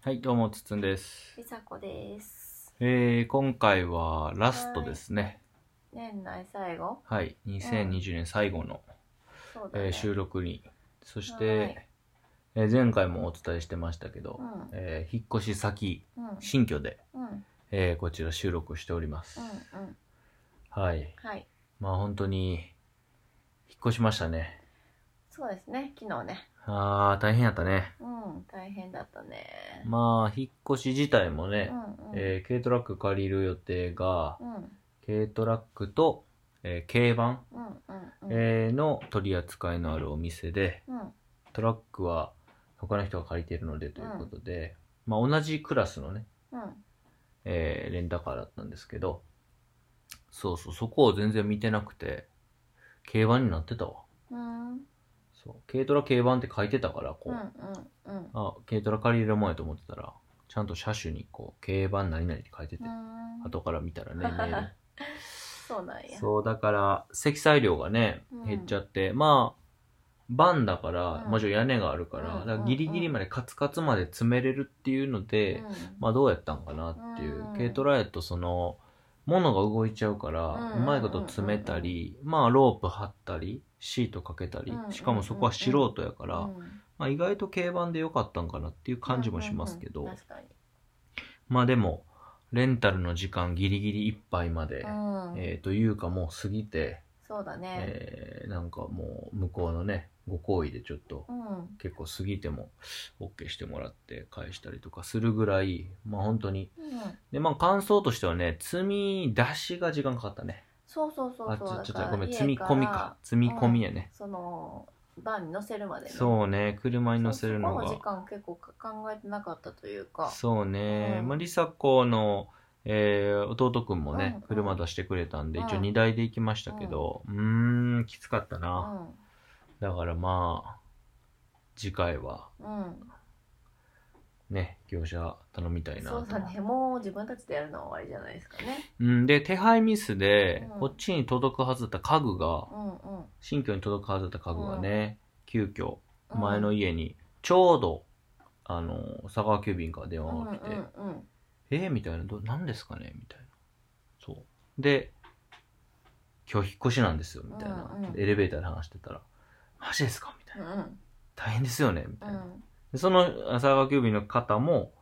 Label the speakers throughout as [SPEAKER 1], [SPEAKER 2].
[SPEAKER 1] はい、どうも、つつんです。
[SPEAKER 2] りさこです
[SPEAKER 1] えー、今回はラストですね。
[SPEAKER 2] 年内最後
[SPEAKER 1] はい、2020年最後の、
[SPEAKER 2] そうだね、
[SPEAKER 1] えー収録に。そし
[SPEAKER 2] はい
[SPEAKER 1] て、えー前回もお伝えしてましたけど、
[SPEAKER 2] うん
[SPEAKER 1] えー引っ越し先、
[SPEAKER 2] うんうん
[SPEAKER 1] 新居で、
[SPEAKER 2] うんうん
[SPEAKER 1] えーこちら収録しております。
[SPEAKER 2] うん
[SPEAKER 1] はい。
[SPEAKER 2] はい
[SPEAKER 1] まあ本当に、引っ越しましたね。
[SPEAKER 2] そうですね昨日ね
[SPEAKER 1] あー、大変やったね。
[SPEAKER 2] うん大変だったね
[SPEAKER 1] まあ、引っ越し自体も
[SPEAKER 2] う
[SPEAKER 1] ね、
[SPEAKER 2] んうん
[SPEAKER 1] えー軽トラック借りる予定が、
[SPEAKER 2] うん
[SPEAKER 1] 軽トラックと、えー軽バン、
[SPEAKER 2] うんうんうん
[SPEAKER 1] えーの取り扱いのあるお店で
[SPEAKER 2] うん
[SPEAKER 1] トラックは他の人が借りてるのでということで、まあ、同じクラスのね、
[SPEAKER 2] うん
[SPEAKER 1] えーレンタカーだったんですけどそうそうそこを全然見てなくて軽バンになってたわ
[SPEAKER 2] うん
[SPEAKER 1] そう軽トラ軽バンって書いてたからこう、
[SPEAKER 2] うんうんうん
[SPEAKER 1] あ軽トラ借りるもんやと思ってたらちゃんと車種にこう軽バン何々って書いてて、
[SPEAKER 2] うん
[SPEAKER 1] 後から見たらねメー ル
[SPEAKER 2] そうなんや
[SPEAKER 1] そう、だから、積載量がね
[SPEAKER 2] うん、
[SPEAKER 1] 減っちゃって、まあ、バンだから、
[SPEAKER 2] うん
[SPEAKER 1] もちろん屋根があるから、
[SPEAKER 2] うん
[SPEAKER 1] だからギリギリまでカツカツまで詰めれるっていうので、
[SPEAKER 2] うん
[SPEAKER 1] まあどうやったんかなっていう。
[SPEAKER 2] うん
[SPEAKER 1] 軽トラやとその、物が動いちゃうから、
[SPEAKER 2] うん
[SPEAKER 1] うまいこと詰めたり、まあロープ張ったり、シートかけたり、
[SPEAKER 2] うん
[SPEAKER 1] しかもそこは素人やから、
[SPEAKER 2] うん
[SPEAKER 1] まあ意外と軽バンで良かったんかなっていう感じもしますけど、
[SPEAKER 2] うんうんうん確かに
[SPEAKER 1] まあでも、レンタルの時間ギリギリいっぱいまで、
[SPEAKER 2] うん
[SPEAKER 1] えーというかもう過ぎて、
[SPEAKER 2] そうだね
[SPEAKER 1] えーなんかもう向こうのねご好意でちょっと
[SPEAKER 2] うん
[SPEAKER 1] 結構過ぎても OK してもらって返したりとかするぐらいまあ本当に
[SPEAKER 2] うん
[SPEAKER 1] でまあ感想としてはね積み出しが時間かかったね
[SPEAKER 2] そうそうそうそう
[SPEAKER 1] あちょちょ
[SPEAKER 2] だ
[SPEAKER 1] っ
[SPEAKER 2] ら
[SPEAKER 1] とごめん
[SPEAKER 2] 家
[SPEAKER 1] 積み込みから積み込みやね、
[SPEAKER 2] そのバンに乗せるまでね
[SPEAKER 1] そうね車に乗せるのが
[SPEAKER 2] そうそこの時間結構か考えてなかったというか
[SPEAKER 1] そうね、
[SPEAKER 2] うん
[SPEAKER 1] まあ、梨紗子の、えー弟くんもね、
[SPEAKER 2] うんうん
[SPEAKER 1] 車出してくれたんで、一
[SPEAKER 2] う
[SPEAKER 1] 応
[SPEAKER 2] ん
[SPEAKER 1] 荷台で行きましたけど、うーんきつかったな、だからまあ次回は
[SPEAKER 2] うん、うん、
[SPEAKER 1] ね、業者頼みたいなと
[SPEAKER 2] そうだねもう自分たちでやるのは終わりじゃないですかね
[SPEAKER 1] うん、で、手配ミスで、
[SPEAKER 2] うん
[SPEAKER 1] こっちに届くはずだった家具が
[SPEAKER 2] う、んうん
[SPEAKER 1] 新居に届くはずだった家具がね、急遽、
[SPEAKER 2] うん
[SPEAKER 1] 前の家に、ちょうど、あの、佐川急便から電話が来て、
[SPEAKER 2] うんうんうん
[SPEAKER 1] えーみたいな、ど何ですかねみたいな。そう。で、今日引っ越しなんですよ、みたいな。
[SPEAKER 2] うんうん
[SPEAKER 1] エレベーターで話してたら、マジですかみたいうな。
[SPEAKER 2] ん
[SPEAKER 1] 大変ですよねみた
[SPEAKER 2] う
[SPEAKER 1] いな。
[SPEAKER 2] ん
[SPEAKER 1] でその佐川急便の方も、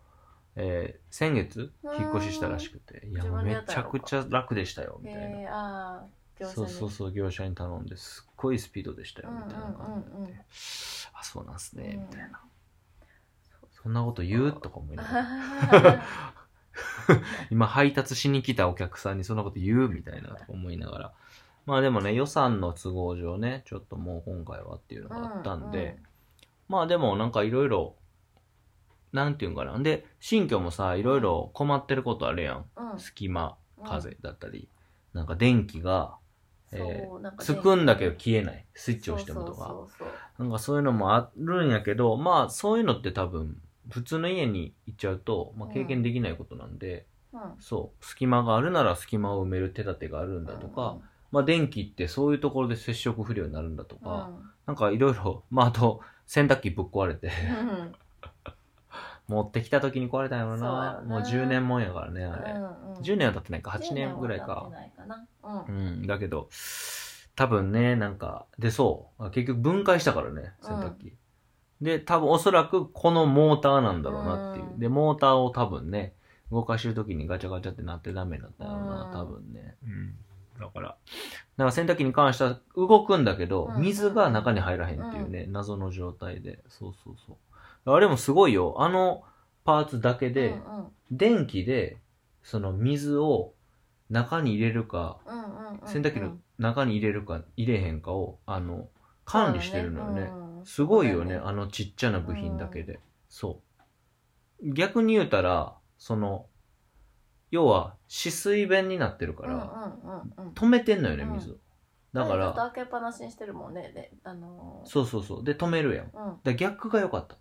[SPEAKER 1] えー先月引っ越ししたらしくて、いや
[SPEAKER 2] 自
[SPEAKER 1] もう
[SPEAKER 2] 分で
[SPEAKER 1] め
[SPEAKER 2] やった
[SPEAKER 1] ちゃ
[SPEAKER 2] のか
[SPEAKER 1] くちゃ楽でしたよみたいな、
[SPEAKER 2] えー、ああ
[SPEAKER 1] そうそう
[SPEAKER 2] そ
[SPEAKER 1] そう業者に頼んですっごいスピードでしたよ
[SPEAKER 2] うんうん
[SPEAKER 1] み
[SPEAKER 2] うんうん
[SPEAKER 1] たいな感じになって、あそうなんすね、
[SPEAKER 2] うん
[SPEAKER 1] みたいなそんなこと言うとか思いながら今配達しに来たお客さんにそんなこと言うみたいなとか思いながらまあでもね予算の都合上ねちょっともう今回はっていうのがあったんで、まあでもなんかいろいろ、なんていうんかな。で、新居もさ、いろいろ困ってることあるやん。
[SPEAKER 2] うんうん
[SPEAKER 1] 隙間、風だったり、なんか電気がえー
[SPEAKER 2] そうなんかね
[SPEAKER 1] つくんだけど消えない。スイッチを押してもと
[SPEAKER 2] そ
[SPEAKER 1] か。
[SPEAKER 2] うそうそう
[SPEAKER 1] なんかそういうのもあるんやけど、まあそういうのって多分、普通の家に行っちゃうと、まあ、経験できないことなんで、
[SPEAKER 2] そううん
[SPEAKER 1] そう、隙間があるなら隙間を埋める手立てがあるんだとか、まあ電気ってそういうところで接触不良になるんだと
[SPEAKER 2] う
[SPEAKER 1] か、
[SPEAKER 2] ん
[SPEAKER 1] なんかいろいろ、まああと、洗濯機ぶっ壊れて、
[SPEAKER 2] うん
[SPEAKER 1] 持ってきた時に壊れたんやろな
[SPEAKER 2] そうやな
[SPEAKER 1] もう10年もんやからね あれ、
[SPEAKER 2] うんうん
[SPEAKER 1] 10年は経ってないか8
[SPEAKER 2] 10
[SPEAKER 1] 年ぐらい
[SPEAKER 2] は経
[SPEAKER 1] か
[SPEAKER 2] ってないかなうん
[SPEAKER 1] うんだけど多分ねなんかでそうあ結局分解したからね洗濯機、で多分おそらくこのモーターなんだろうなっていう、
[SPEAKER 2] うん
[SPEAKER 1] でモーターを多分ね動かしてる時にガチャガチャってなってダメだったよな、
[SPEAKER 2] うん
[SPEAKER 1] 多分ね、うん、だからだから洗濯機に関しては動くんだけど、
[SPEAKER 2] うん
[SPEAKER 1] 水が中に入らへんっていうね、謎の状態でそうそうそうあれもすごいよあのパーツだけで、
[SPEAKER 2] うんうん
[SPEAKER 1] 電気でその水を中に入れるか、
[SPEAKER 2] うんうんうんうん
[SPEAKER 1] 洗濯機の中に入れるか入れへんかをあの管理してるのよねすごいよねあのちっちゃな部品だけで、そう逆に言うたらその要は止水弁になってるか、
[SPEAKER 2] からうんうんうんうん、
[SPEAKER 1] 止めてんのよね
[SPEAKER 2] うん
[SPEAKER 1] 水を、だか
[SPEAKER 2] ずっと
[SPEAKER 1] ら
[SPEAKER 2] 開けっぱなしにしてるもんねであのー
[SPEAKER 1] そうそうそうで止めるやんだか
[SPEAKER 2] うんうん
[SPEAKER 1] ら逆が良かった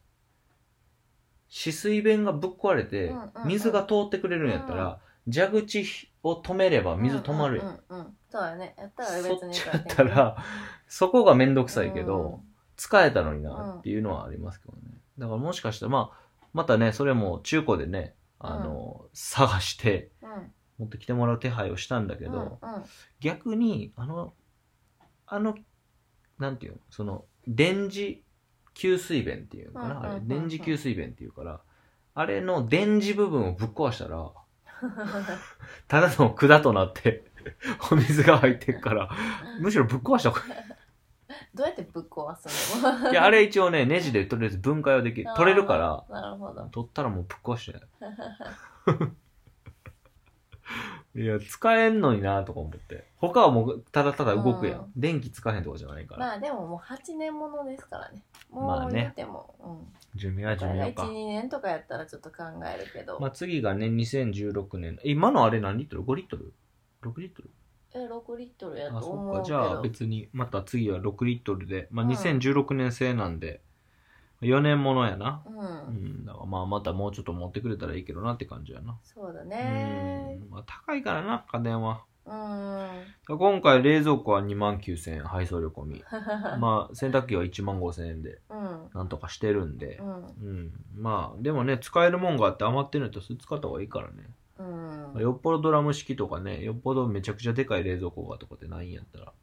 [SPEAKER 1] 止水弁がぶっ壊れて、
[SPEAKER 2] うんうんうん
[SPEAKER 1] 水が通ってくれるんやったら、蛇口を止めれば水止まるやん、
[SPEAKER 2] うんうんうんそうだよねやったら別
[SPEAKER 1] そっ
[SPEAKER 2] に
[SPEAKER 1] ちやったら、そこがめんどくさいけど、使えたのになっていうのはありますけどね。だからもしかしたら、まあ、またね、それも中古でね、あの、探して、
[SPEAKER 2] うん
[SPEAKER 1] 持ってきてもらう手配をしたんだけ
[SPEAKER 2] う
[SPEAKER 1] ど、
[SPEAKER 2] んうん
[SPEAKER 1] 逆に、あの、あの、なんていうの、その、電磁給水弁っていうのかな、
[SPEAKER 2] うんうんうんうん
[SPEAKER 1] あれ、電磁給水弁っていうから、あれの電磁部分をぶっ壊したら、ただの管となって、お水が入ってるから、むしろぶっ壊した方が
[SPEAKER 2] どうやってぶっ壊すの
[SPEAKER 1] いや、あれ一応ね、ネジでとりあえず分解はできる
[SPEAKER 2] あー。
[SPEAKER 1] 取れるから、
[SPEAKER 2] なるほど
[SPEAKER 1] 取ったらもうぶっ壊 してない。いや、使えんのになとか思って。他はもうただただ動くやん。
[SPEAKER 2] う
[SPEAKER 1] 電気使えへんとかじゃないから。
[SPEAKER 2] まあでももう8年ものですからね
[SPEAKER 1] ま
[SPEAKER 2] も
[SPEAKER 1] あ
[SPEAKER 2] う
[SPEAKER 1] ね
[SPEAKER 2] 言っても、うん
[SPEAKER 1] 寿命は寿
[SPEAKER 2] これが
[SPEAKER 1] 命か。
[SPEAKER 2] 12年とかやったらちょっと考えるけど、
[SPEAKER 1] まあ次がね、2016年。今のあれ何リットル ?5 リットル ?6 リットル
[SPEAKER 2] え6リットルやと
[SPEAKER 1] あ、
[SPEAKER 2] 思
[SPEAKER 1] そうっ
[SPEAKER 2] け
[SPEAKER 1] か。
[SPEAKER 2] ど
[SPEAKER 1] じゃあ別に、また次は6リットルで。まあ
[SPEAKER 2] うん
[SPEAKER 1] 2016年製なんで、4年ものやな。
[SPEAKER 2] う、
[SPEAKER 1] うんん。だからまあまたもうちょっと持ってくれたらいいけどなって感じやな。
[SPEAKER 2] そうだ
[SPEAKER 1] う
[SPEAKER 2] ね
[SPEAKER 1] ん。まあ高いからな、家電は。
[SPEAKER 2] うん
[SPEAKER 1] 今回冷蔵庫は2万9000円、配送料込 み。まあ洗濯機は1万5000円で、
[SPEAKER 2] うん
[SPEAKER 1] なんとかしてるんで。
[SPEAKER 2] うん
[SPEAKER 1] うん、まあでもね使えるもんがあって余ってるんだったらそれ使った方がいいからね、
[SPEAKER 2] うん
[SPEAKER 1] よっぽどドラム式とかねよっぽどめちゃくちゃでかい冷蔵庫がとかってないんやったら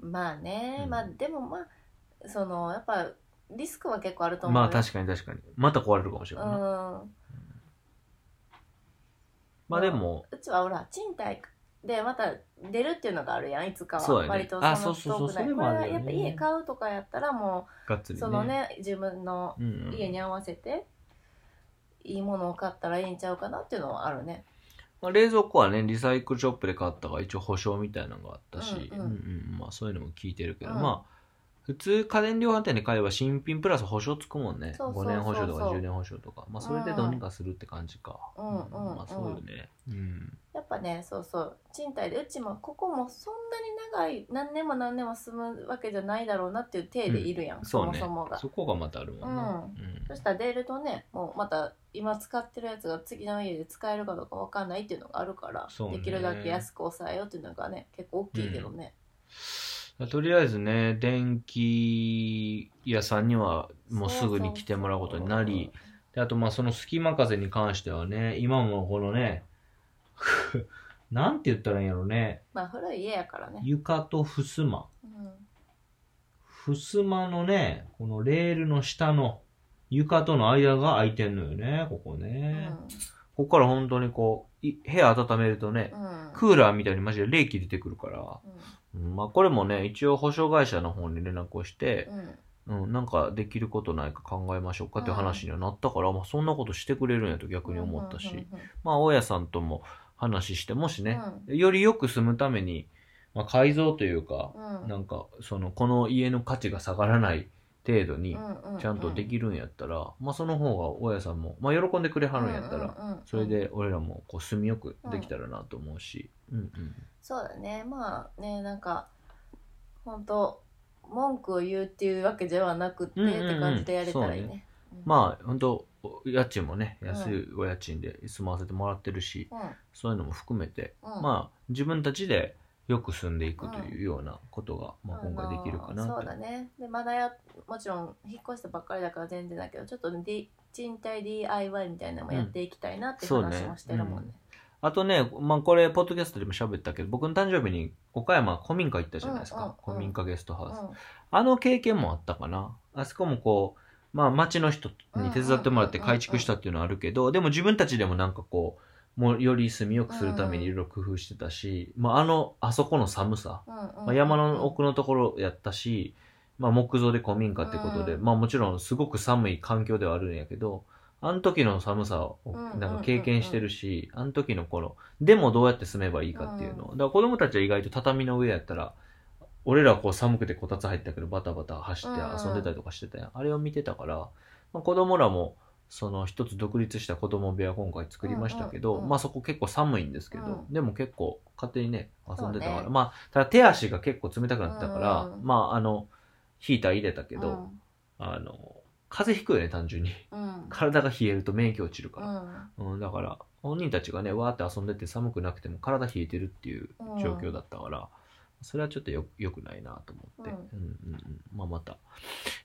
[SPEAKER 2] まあね、
[SPEAKER 1] うん
[SPEAKER 2] まあでもまあそのやっぱリスクは結構あると思う
[SPEAKER 1] まあ
[SPEAKER 2] よ
[SPEAKER 1] 確かに確かにまた壊れるかもしれないな、
[SPEAKER 2] うん
[SPEAKER 1] まあでも、
[SPEAKER 2] うちはほら賃貸でまた出るっていうのがあるやんいつか
[SPEAKER 1] そう
[SPEAKER 2] は、
[SPEAKER 1] やね
[SPEAKER 2] 割と
[SPEAKER 1] あ
[SPEAKER 2] その
[SPEAKER 1] そうそうそう
[SPEAKER 2] 遠く
[SPEAKER 1] それもあ
[SPEAKER 2] ないこれ
[SPEAKER 1] るよね
[SPEAKER 2] はやっぱ家買うとかやったらも
[SPEAKER 1] がっつ
[SPEAKER 2] う
[SPEAKER 1] りね
[SPEAKER 2] そのね自分の
[SPEAKER 1] うんうん
[SPEAKER 2] 家に合わせていいものを買ったらいいんちゃうかなっていうのはあるね
[SPEAKER 1] まあ、冷蔵庫はねリサイクルショップで買ったが一応保証みたいなのがあったし、
[SPEAKER 2] う
[SPEAKER 1] うんん
[SPEAKER 2] う
[SPEAKER 1] うんんまあ、そういうのも聞いてるけど、
[SPEAKER 2] うん
[SPEAKER 1] まあ普通家電量販店で買えば新品プラス保証つくもんね
[SPEAKER 2] そうそうそうそう
[SPEAKER 1] 5年保証とか10年保証とか、まあ、それでどうにかするって感じか、
[SPEAKER 2] うんうんうん
[SPEAKER 1] まあそうよねうん
[SPEAKER 2] やっぱねそうそう賃貸でうちもここもそんなに長い何年も何年も住むわけじゃないだろうなっていう体でいるやん、
[SPEAKER 1] そう
[SPEAKER 2] も
[SPEAKER 1] ね
[SPEAKER 2] そもが
[SPEAKER 1] そこがまたあるもんな、
[SPEAKER 2] そしたら出るとねもうまた今使ってるやつが次の家で使えるかどうかわかんないっていうのがあるから、
[SPEAKER 1] そうね
[SPEAKER 2] できるだけ安く抑えようっていうのがね結構大きいけどね、
[SPEAKER 1] うんとりあえずね電気屋さんにはもうすぐに来てもらうことになりであとまあその隙間風に関してはね今もこのね なんて言ったらいいんやろね
[SPEAKER 2] まあ古い家やからね、
[SPEAKER 1] 床と襖
[SPEAKER 2] うん
[SPEAKER 1] 襖のねこのレールの下の床との間が空いてんのよねここ
[SPEAKER 2] う
[SPEAKER 1] ね、
[SPEAKER 2] ん
[SPEAKER 1] ここから本当にこうい部屋温めるとね
[SPEAKER 2] うん
[SPEAKER 1] クーラーみたいにマジで冷気出てくるから、うんまあこれもね、一応保証会社の方に連絡をして、
[SPEAKER 2] うん
[SPEAKER 1] うん、なんかできることないか考えましょうかっていう話にはなったから、まあそんなことしてくれるんやと逆に思ったし、まあ大家さんとも話して、もし
[SPEAKER 2] うん
[SPEAKER 1] ね、よりよく住むために、まあ改造というか、
[SPEAKER 2] うんうん
[SPEAKER 1] なんかその、この家の価値が下がらない程度に、
[SPEAKER 2] うう
[SPEAKER 1] ちゃんとできるんやったら、まあその方が大家さんも、まあ喜んでくれはるんやったら、
[SPEAKER 2] うんうんうん
[SPEAKER 1] それで俺らもこう住みよくできたらなと思うし、うんうん。
[SPEAKER 2] そうだねまあねなんか本当文句を言うっていうわけではなくて、
[SPEAKER 1] うんうんうん
[SPEAKER 2] って感じでやれたらいい
[SPEAKER 1] そう
[SPEAKER 2] ねうん
[SPEAKER 1] まあ、本当家賃もね、
[SPEAKER 2] ん
[SPEAKER 1] 安いお家賃で済ませてもらってるし、そういうのも含めて、
[SPEAKER 2] うんうん、
[SPEAKER 1] まあ、自分たちでよく住んでいくというようなことが、まあ、
[SPEAKER 2] あの
[SPEAKER 1] 今回できるかなと。
[SPEAKER 2] そうだねでまだやもちろん引っ越したばっかりだから全然だけどちょっとね、D、賃貸 DIY みたいなのもやっていきたいなって
[SPEAKER 1] うん
[SPEAKER 2] 話もしてるもんね,、
[SPEAKER 1] あとね、まあ、これ、ポッドキャストでも喋ったけど、僕の誕生日に岡山古民家行ったじゃないですか。
[SPEAKER 2] うんうんうん
[SPEAKER 1] 古民家ゲストハウス、
[SPEAKER 2] うん
[SPEAKER 1] あの経験もあったかな。あそこもこう、まあ、町の人に手伝ってもらって改築したっていうのはあるけど、でも自分たちでもなんかこう、もうより住みよくするためにいろいろ工夫してたし、まあ、あの、あそこの寒さ。
[SPEAKER 2] うん
[SPEAKER 1] まあ、山の奥のところやったし、まあ、木造で古民家ってことで、
[SPEAKER 2] うん
[SPEAKER 1] まあもちろんすごく寒い環境ではあるんやけど、あの時の寒さを
[SPEAKER 2] うん
[SPEAKER 1] なんか経験してるし、あの時のこの、でもどうやって住めばいいかっていうのを。だから子供たちは意外と畳の上やったら、俺らはこう寒くてこたつ入ったけどバタバタ走って遊んでたりとかしてたやん。あれを見てたから、まあ、子供らも、その一つ独立した子供部屋今回作りましたけど、
[SPEAKER 2] うんうんうん
[SPEAKER 1] まあそこ結構寒いんですけど、
[SPEAKER 2] う
[SPEAKER 1] でも結構勝手にね、遊んでたか
[SPEAKER 2] そう
[SPEAKER 1] ら、
[SPEAKER 2] ね
[SPEAKER 1] まあただ手足が結構冷たくなってたから、
[SPEAKER 2] うん
[SPEAKER 1] まああのヒーター入れたけ
[SPEAKER 2] け
[SPEAKER 1] ど、あの風邪ひくよね単純に
[SPEAKER 2] うんうん
[SPEAKER 1] 体が冷えると免疫落ちるか
[SPEAKER 2] う
[SPEAKER 1] ら、
[SPEAKER 2] ん
[SPEAKER 1] うんだから本人たちがねわーって遊んでて寒くなくても体冷えてるっていう状況だったから、それはちょっとよよくないなと思って、
[SPEAKER 2] う
[SPEAKER 1] うんうんうんまあ、また、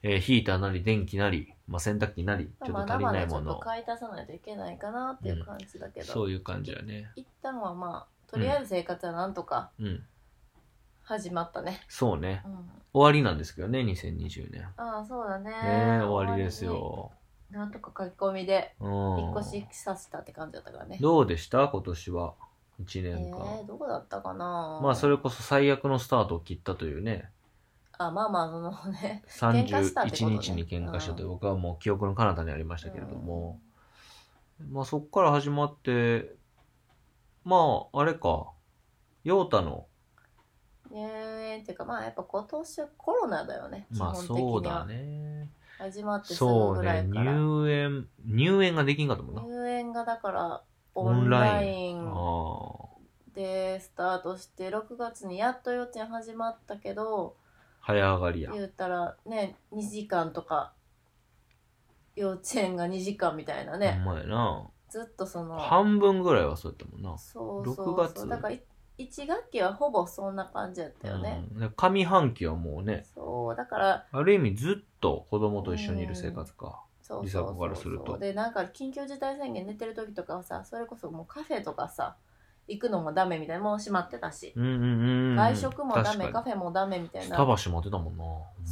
[SPEAKER 1] えーヒーターなり電気なり、まあ、洗濯機なりちょっと
[SPEAKER 2] まだ
[SPEAKER 1] 足り
[SPEAKER 2] ま
[SPEAKER 1] ない
[SPEAKER 2] だち
[SPEAKER 1] も
[SPEAKER 2] ょっ
[SPEAKER 1] の
[SPEAKER 2] と買い足さないといけないかなっていう感じだけど、
[SPEAKER 1] そういう感じだね
[SPEAKER 2] 一旦はまあとりあえず生活はなんとか
[SPEAKER 1] うん
[SPEAKER 2] 始まったね、
[SPEAKER 1] そうね
[SPEAKER 2] うん
[SPEAKER 1] 終わりなんですけどね2020年ね
[SPEAKER 2] ああそうだね
[SPEAKER 1] え終わりですよ、
[SPEAKER 2] 終わりになんとか書き込みで
[SPEAKER 1] うん、
[SPEAKER 2] 引っ越しさせたって感じだったからね
[SPEAKER 1] どうでした今年は1
[SPEAKER 2] え
[SPEAKER 1] 年間、
[SPEAKER 2] ー、どこだったかな
[SPEAKER 1] まあそれこそ最悪のスタートを切ったというね
[SPEAKER 2] あまあまあそのね嘩した
[SPEAKER 1] 31
[SPEAKER 2] ってことね
[SPEAKER 1] 日に喧嘩したという、僕はもう記憶の彼方にありましたけれども、まあそこから始まってまああれか陽太の
[SPEAKER 2] うん、ねえっていうかまあやっぱ今年はコロナだよね
[SPEAKER 1] まあ
[SPEAKER 2] 基本的には
[SPEAKER 1] そうだね
[SPEAKER 2] 始まってす
[SPEAKER 1] そ
[SPEAKER 2] ぐ
[SPEAKER 1] う
[SPEAKER 2] ぐら
[SPEAKER 1] ね
[SPEAKER 2] いから、
[SPEAKER 1] 入園入園ができんかったもんな
[SPEAKER 2] 入園がだから
[SPEAKER 1] オ
[SPEAKER 2] オ
[SPEAKER 1] ン
[SPEAKER 2] ン
[SPEAKER 1] ラ
[SPEAKER 2] ラ
[SPEAKER 1] イ
[SPEAKER 2] イ
[SPEAKER 1] あ
[SPEAKER 2] ン
[SPEAKER 1] あ
[SPEAKER 2] でスタートして6月にやっと幼稚園始まったけど
[SPEAKER 1] 早上がりや
[SPEAKER 2] 言うたらね2時間とか幼稚園が2時間みたいな
[SPEAKER 1] ほん
[SPEAKER 2] ね、
[SPEAKER 1] まやな
[SPEAKER 2] ずっとその
[SPEAKER 1] 半分ぐらいはそうやったもんな
[SPEAKER 2] そうそ
[SPEAKER 1] 6
[SPEAKER 2] う
[SPEAKER 1] 月
[SPEAKER 2] そうだから1学期はほぼそんな感じやったよね、
[SPEAKER 1] うんで上半期はもうね
[SPEAKER 2] そうだから
[SPEAKER 1] ある意味ずっと子供と一緒にいる生活か、
[SPEAKER 2] そう
[SPEAKER 1] 梨
[SPEAKER 2] そ
[SPEAKER 1] 紗子
[SPEAKER 2] うそ
[SPEAKER 1] から
[SPEAKER 2] う
[SPEAKER 1] すると
[SPEAKER 2] そうでなんか緊急事態宣言出てる時とかはさそれこそもうカフェとかさ行くのもダメみたいなもう閉まってたし、
[SPEAKER 1] うんうんうんうん
[SPEAKER 2] 外食もダメカ
[SPEAKER 1] 確か
[SPEAKER 2] フェもダメみた
[SPEAKER 1] に
[SPEAKER 2] い
[SPEAKER 1] ス
[SPEAKER 2] な
[SPEAKER 1] タバ閉まってたもんな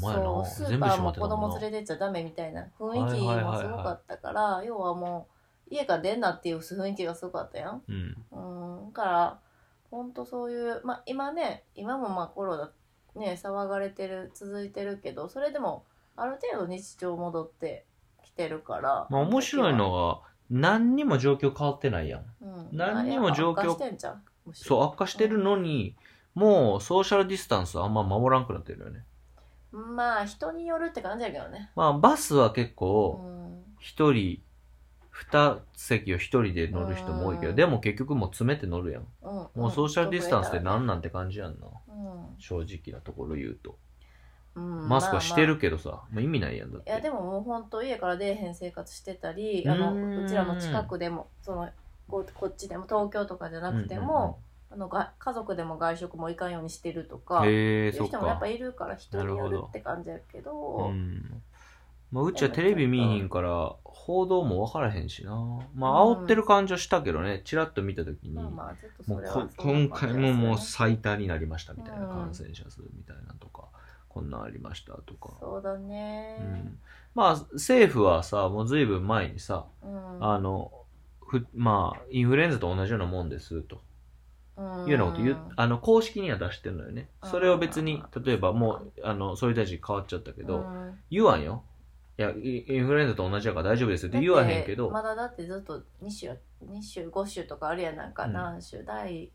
[SPEAKER 1] 前
[SPEAKER 2] そう
[SPEAKER 1] な
[SPEAKER 2] ス
[SPEAKER 1] 全
[SPEAKER 2] ー
[SPEAKER 1] 部
[SPEAKER 2] パー
[SPEAKER 1] 閉ま
[SPEAKER 2] も
[SPEAKER 1] って
[SPEAKER 2] 子
[SPEAKER 1] たもんな
[SPEAKER 2] 供連れてっちゃダメみたいな雰
[SPEAKER 1] は
[SPEAKER 2] 囲気
[SPEAKER 1] いはい
[SPEAKER 2] も
[SPEAKER 1] はいはい
[SPEAKER 2] すごかったから、要はもう家から出んなっていう雰囲気がすごかったやん
[SPEAKER 1] うん
[SPEAKER 2] うんだからほんとそういうまあ今ね今もまあコロナね騒がれてる続いてるけどそれでもある程度日常戻ってきてるから
[SPEAKER 1] まあ面白い、のが何にも状況変わってないやん
[SPEAKER 2] うん、
[SPEAKER 1] 何にも状況
[SPEAKER 2] なんか悪化してんじゃんむしろ
[SPEAKER 1] そう悪化してるのにもうソーシャルディスタンスあんま守らんくなってるよね
[SPEAKER 2] まあ人によるって感じやけどね
[SPEAKER 1] まあバスは結
[SPEAKER 2] う
[SPEAKER 1] 構
[SPEAKER 2] ん
[SPEAKER 1] 一人2席を1人で乗る人も多いけど
[SPEAKER 2] うん
[SPEAKER 1] でも結局もう詰めて乗るやん
[SPEAKER 2] うん
[SPEAKER 1] もうソーシャルディスタンスって何
[SPEAKER 2] ん、
[SPEAKER 1] なんて感じやんな
[SPEAKER 2] うん
[SPEAKER 1] 正直なところ言うと
[SPEAKER 2] うん
[SPEAKER 1] マスクはして
[SPEAKER 2] まあまあ
[SPEAKER 1] るけどさもう意味ないやんだっ
[SPEAKER 2] いや
[SPEAKER 1] て
[SPEAKER 2] でももう本当家から出えへん生活してたりあの
[SPEAKER 1] うーん
[SPEAKER 2] うちらの近くでもそのここっちでも東京とかじゃなくても、あのが家族でも外食も行かんようにしてるとか、
[SPEAKER 1] へえ
[SPEAKER 2] い
[SPEAKER 1] そうっ
[SPEAKER 2] 人もやっ
[SPEAKER 1] か
[SPEAKER 2] ぱいるから人によるって感じやけど
[SPEAKER 1] うんまあ、うちはテレビ見えへんから報道も分からへんしなまあ煽ってる感じはしたけどねチラッと見た時に、
[SPEAKER 2] まあまあずっと
[SPEAKER 1] も
[SPEAKER 2] そうれは
[SPEAKER 1] こ今
[SPEAKER 2] そ
[SPEAKER 1] 回
[SPEAKER 2] うなん
[SPEAKER 1] も
[SPEAKER 2] だよね
[SPEAKER 1] もう最多になりましたみたいな
[SPEAKER 2] うん
[SPEAKER 1] 感染者数みたいなとか、こんなんありましたとか
[SPEAKER 2] そうだね
[SPEAKER 1] うん、まあ政府はさもう随分前にさ
[SPEAKER 2] うん、
[SPEAKER 1] あのふまあインフルエンザと同じようなもんですと
[SPEAKER 2] うん
[SPEAKER 1] いうようなこと言う、あの公式には出してるのよねそれを別に
[SPEAKER 2] うん
[SPEAKER 1] 例えばもうあの総理大臣変わっちゃったけど、
[SPEAKER 2] うん
[SPEAKER 1] 言わんよ。いや、イインフルエンザと同じやから大丈夫ですよって言わへんけ
[SPEAKER 2] だっ
[SPEAKER 1] ど、
[SPEAKER 2] てまだだってずっと2週二週5週とかあるやんなんか
[SPEAKER 1] うん
[SPEAKER 2] 何週、第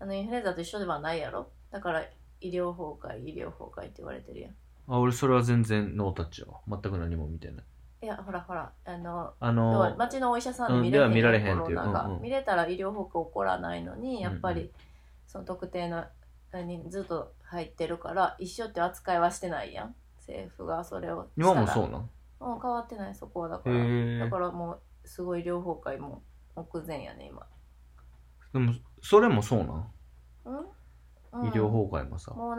[SPEAKER 2] あのインフルエンザと一緒ではないやろだから医療崩壊医療崩壊って言われてるやん
[SPEAKER 1] あ俺それは全然ノータッチやわ。全く何も見てない。
[SPEAKER 2] いやほらほらあの
[SPEAKER 1] あ
[SPEAKER 2] 要は
[SPEAKER 1] の、
[SPEAKER 2] 町のお医者さんで見れ,、
[SPEAKER 1] うんでは見られへんっていう
[SPEAKER 2] コロナが
[SPEAKER 1] うんうん
[SPEAKER 2] 見れたら医療崩壊起こらないのにやっぱり、
[SPEAKER 1] うんう
[SPEAKER 2] その特定のあにずっと入ってるから一緒って扱いはしてないやん政府がそれをしたら
[SPEAKER 1] 今もそうなん
[SPEAKER 2] うん変わってないそこはだから
[SPEAKER 1] へ
[SPEAKER 2] だ
[SPEAKER 1] え
[SPEAKER 2] か。らもうすごい両方壊も目前やね今。
[SPEAKER 1] でも、それもそうなん、
[SPEAKER 2] うん、うん
[SPEAKER 1] 医療崩壊もさ。
[SPEAKER 2] もう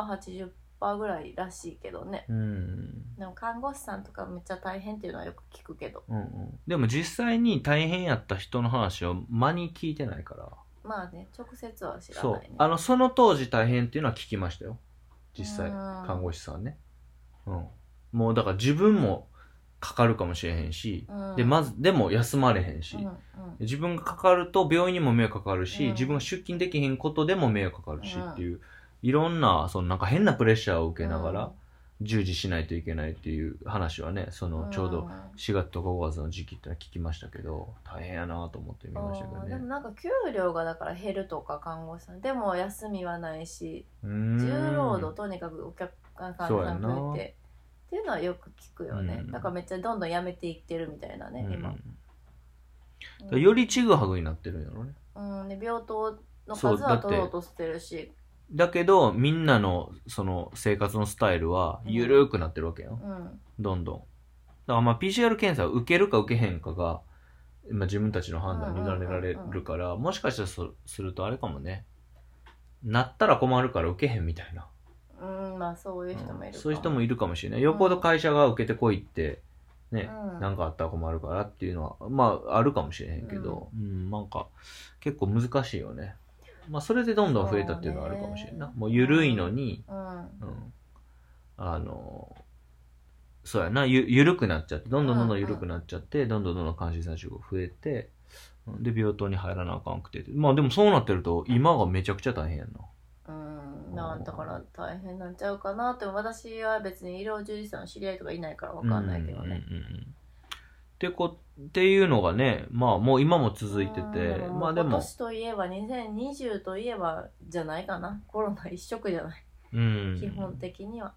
[SPEAKER 2] 70%80% ぐらいらしいけどね。
[SPEAKER 1] うん。
[SPEAKER 2] でも看護師さんとかめっちゃ大変っていうのはよく聞くけど。
[SPEAKER 1] うんうん、でも実際に大変やった人の話を間に聞いてないから、
[SPEAKER 2] まあね、直接は知ら
[SPEAKER 1] そう
[SPEAKER 2] ないね。
[SPEAKER 1] あのその当時大変っていうのは聞きましたよ実際
[SPEAKER 2] うん
[SPEAKER 1] 看護師さんね、うん、もうだから自分もかかるかもしれへんし、
[SPEAKER 2] うん
[SPEAKER 1] でまずでも休まれへんし、
[SPEAKER 2] うんうん
[SPEAKER 1] 自分がかかると病院にも迷惑かかるし、
[SPEAKER 2] うん
[SPEAKER 1] 自分が出勤できへんことでも迷惑かかるし
[SPEAKER 2] うん
[SPEAKER 1] っていう、いろんなそのなんか変なプレッシャーを受けながら従事しないといけないっていう話はねそのちょうど4月と5月の時期ってのは聞きましたけど大変やなと思って見
[SPEAKER 2] うん
[SPEAKER 1] ましたけど
[SPEAKER 2] あーでも
[SPEAKER 1] ね
[SPEAKER 2] なんか給料がだから減るとか看護師さんでも休みはないし
[SPEAKER 1] うーん
[SPEAKER 2] 重労働とにかくお客患者さん増えてっていうのはよく聞くよね、
[SPEAKER 1] うん
[SPEAKER 2] だからめっちゃどんどん辞めていってるみたいなね、
[SPEAKER 1] うん
[SPEAKER 2] 今、
[SPEAKER 1] だからよりちぐはぐになってるんやろね
[SPEAKER 2] うん、で病棟の
[SPEAKER 1] そう
[SPEAKER 2] 数
[SPEAKER 1] だっ
[SPEAKER 2] は
[SPEAKER 1] て
[SPEAKER 2] 取ろうとしてるし、
[SPEAKER 1] だけどみんなのその生活のスタイルは緩くなってるわけよ、
[SPEAKER 2] うん、
[SPEAKER 1] どんどんだからまあ PCR 検査を受けるか受けへんかが、まあ、自分たちの判断に委ねられるから、もしかしたらそするとあれかもねなったら困るから受けへんみたいな。
[SPEAKER 2] うんまあそういう人もいるか、
[SPEAKER 1] そういう人もいるかもしれない。よっぽど会社が受けてこいって、ね、
[SPEAKER 2] うん
[SPEAKER 1] なんかあったら困るからっていうのは、まあ、あるかもしれへんけど、うん、なんか、結構難しいよね。まあ、それでどんどん増えたっていうのはあるかもしれんない
[SPEAKER 2] そうね
[SPEAKER 1] もう、緩いのに、
[SPEAKER 2] うん
[SPEAKER 1] うん。あの、そうやな、ゆ、緩くなっちゃって、どんどんどんどん緩くなっちゃって、どんどんどんどん監視殺処が増えて、うんで、病棟に入らなあかんくて。まあ、でもそうなってると、今がめちゃくちゃ大変やんな。
[SPEAKER 2] うん、なんだから大変なんちゃうかなって私は別に医療従事者の知り合いとかいないからわかんないけどね、
[SPEAKER 1] うんうんうんうんってこっていうのがねまあもう今も続いてて
[SPEAKER 2] うん
[SPEAKER 1] まあで
[SPEAKER 2] 今
[SPEAKER 1] も
[SPEAKER 2] 年といえば2020といえばじゃないかなコロナ一色じゃない、
[SPEAKER 1] うん
[SPEAKER 2] 基本的には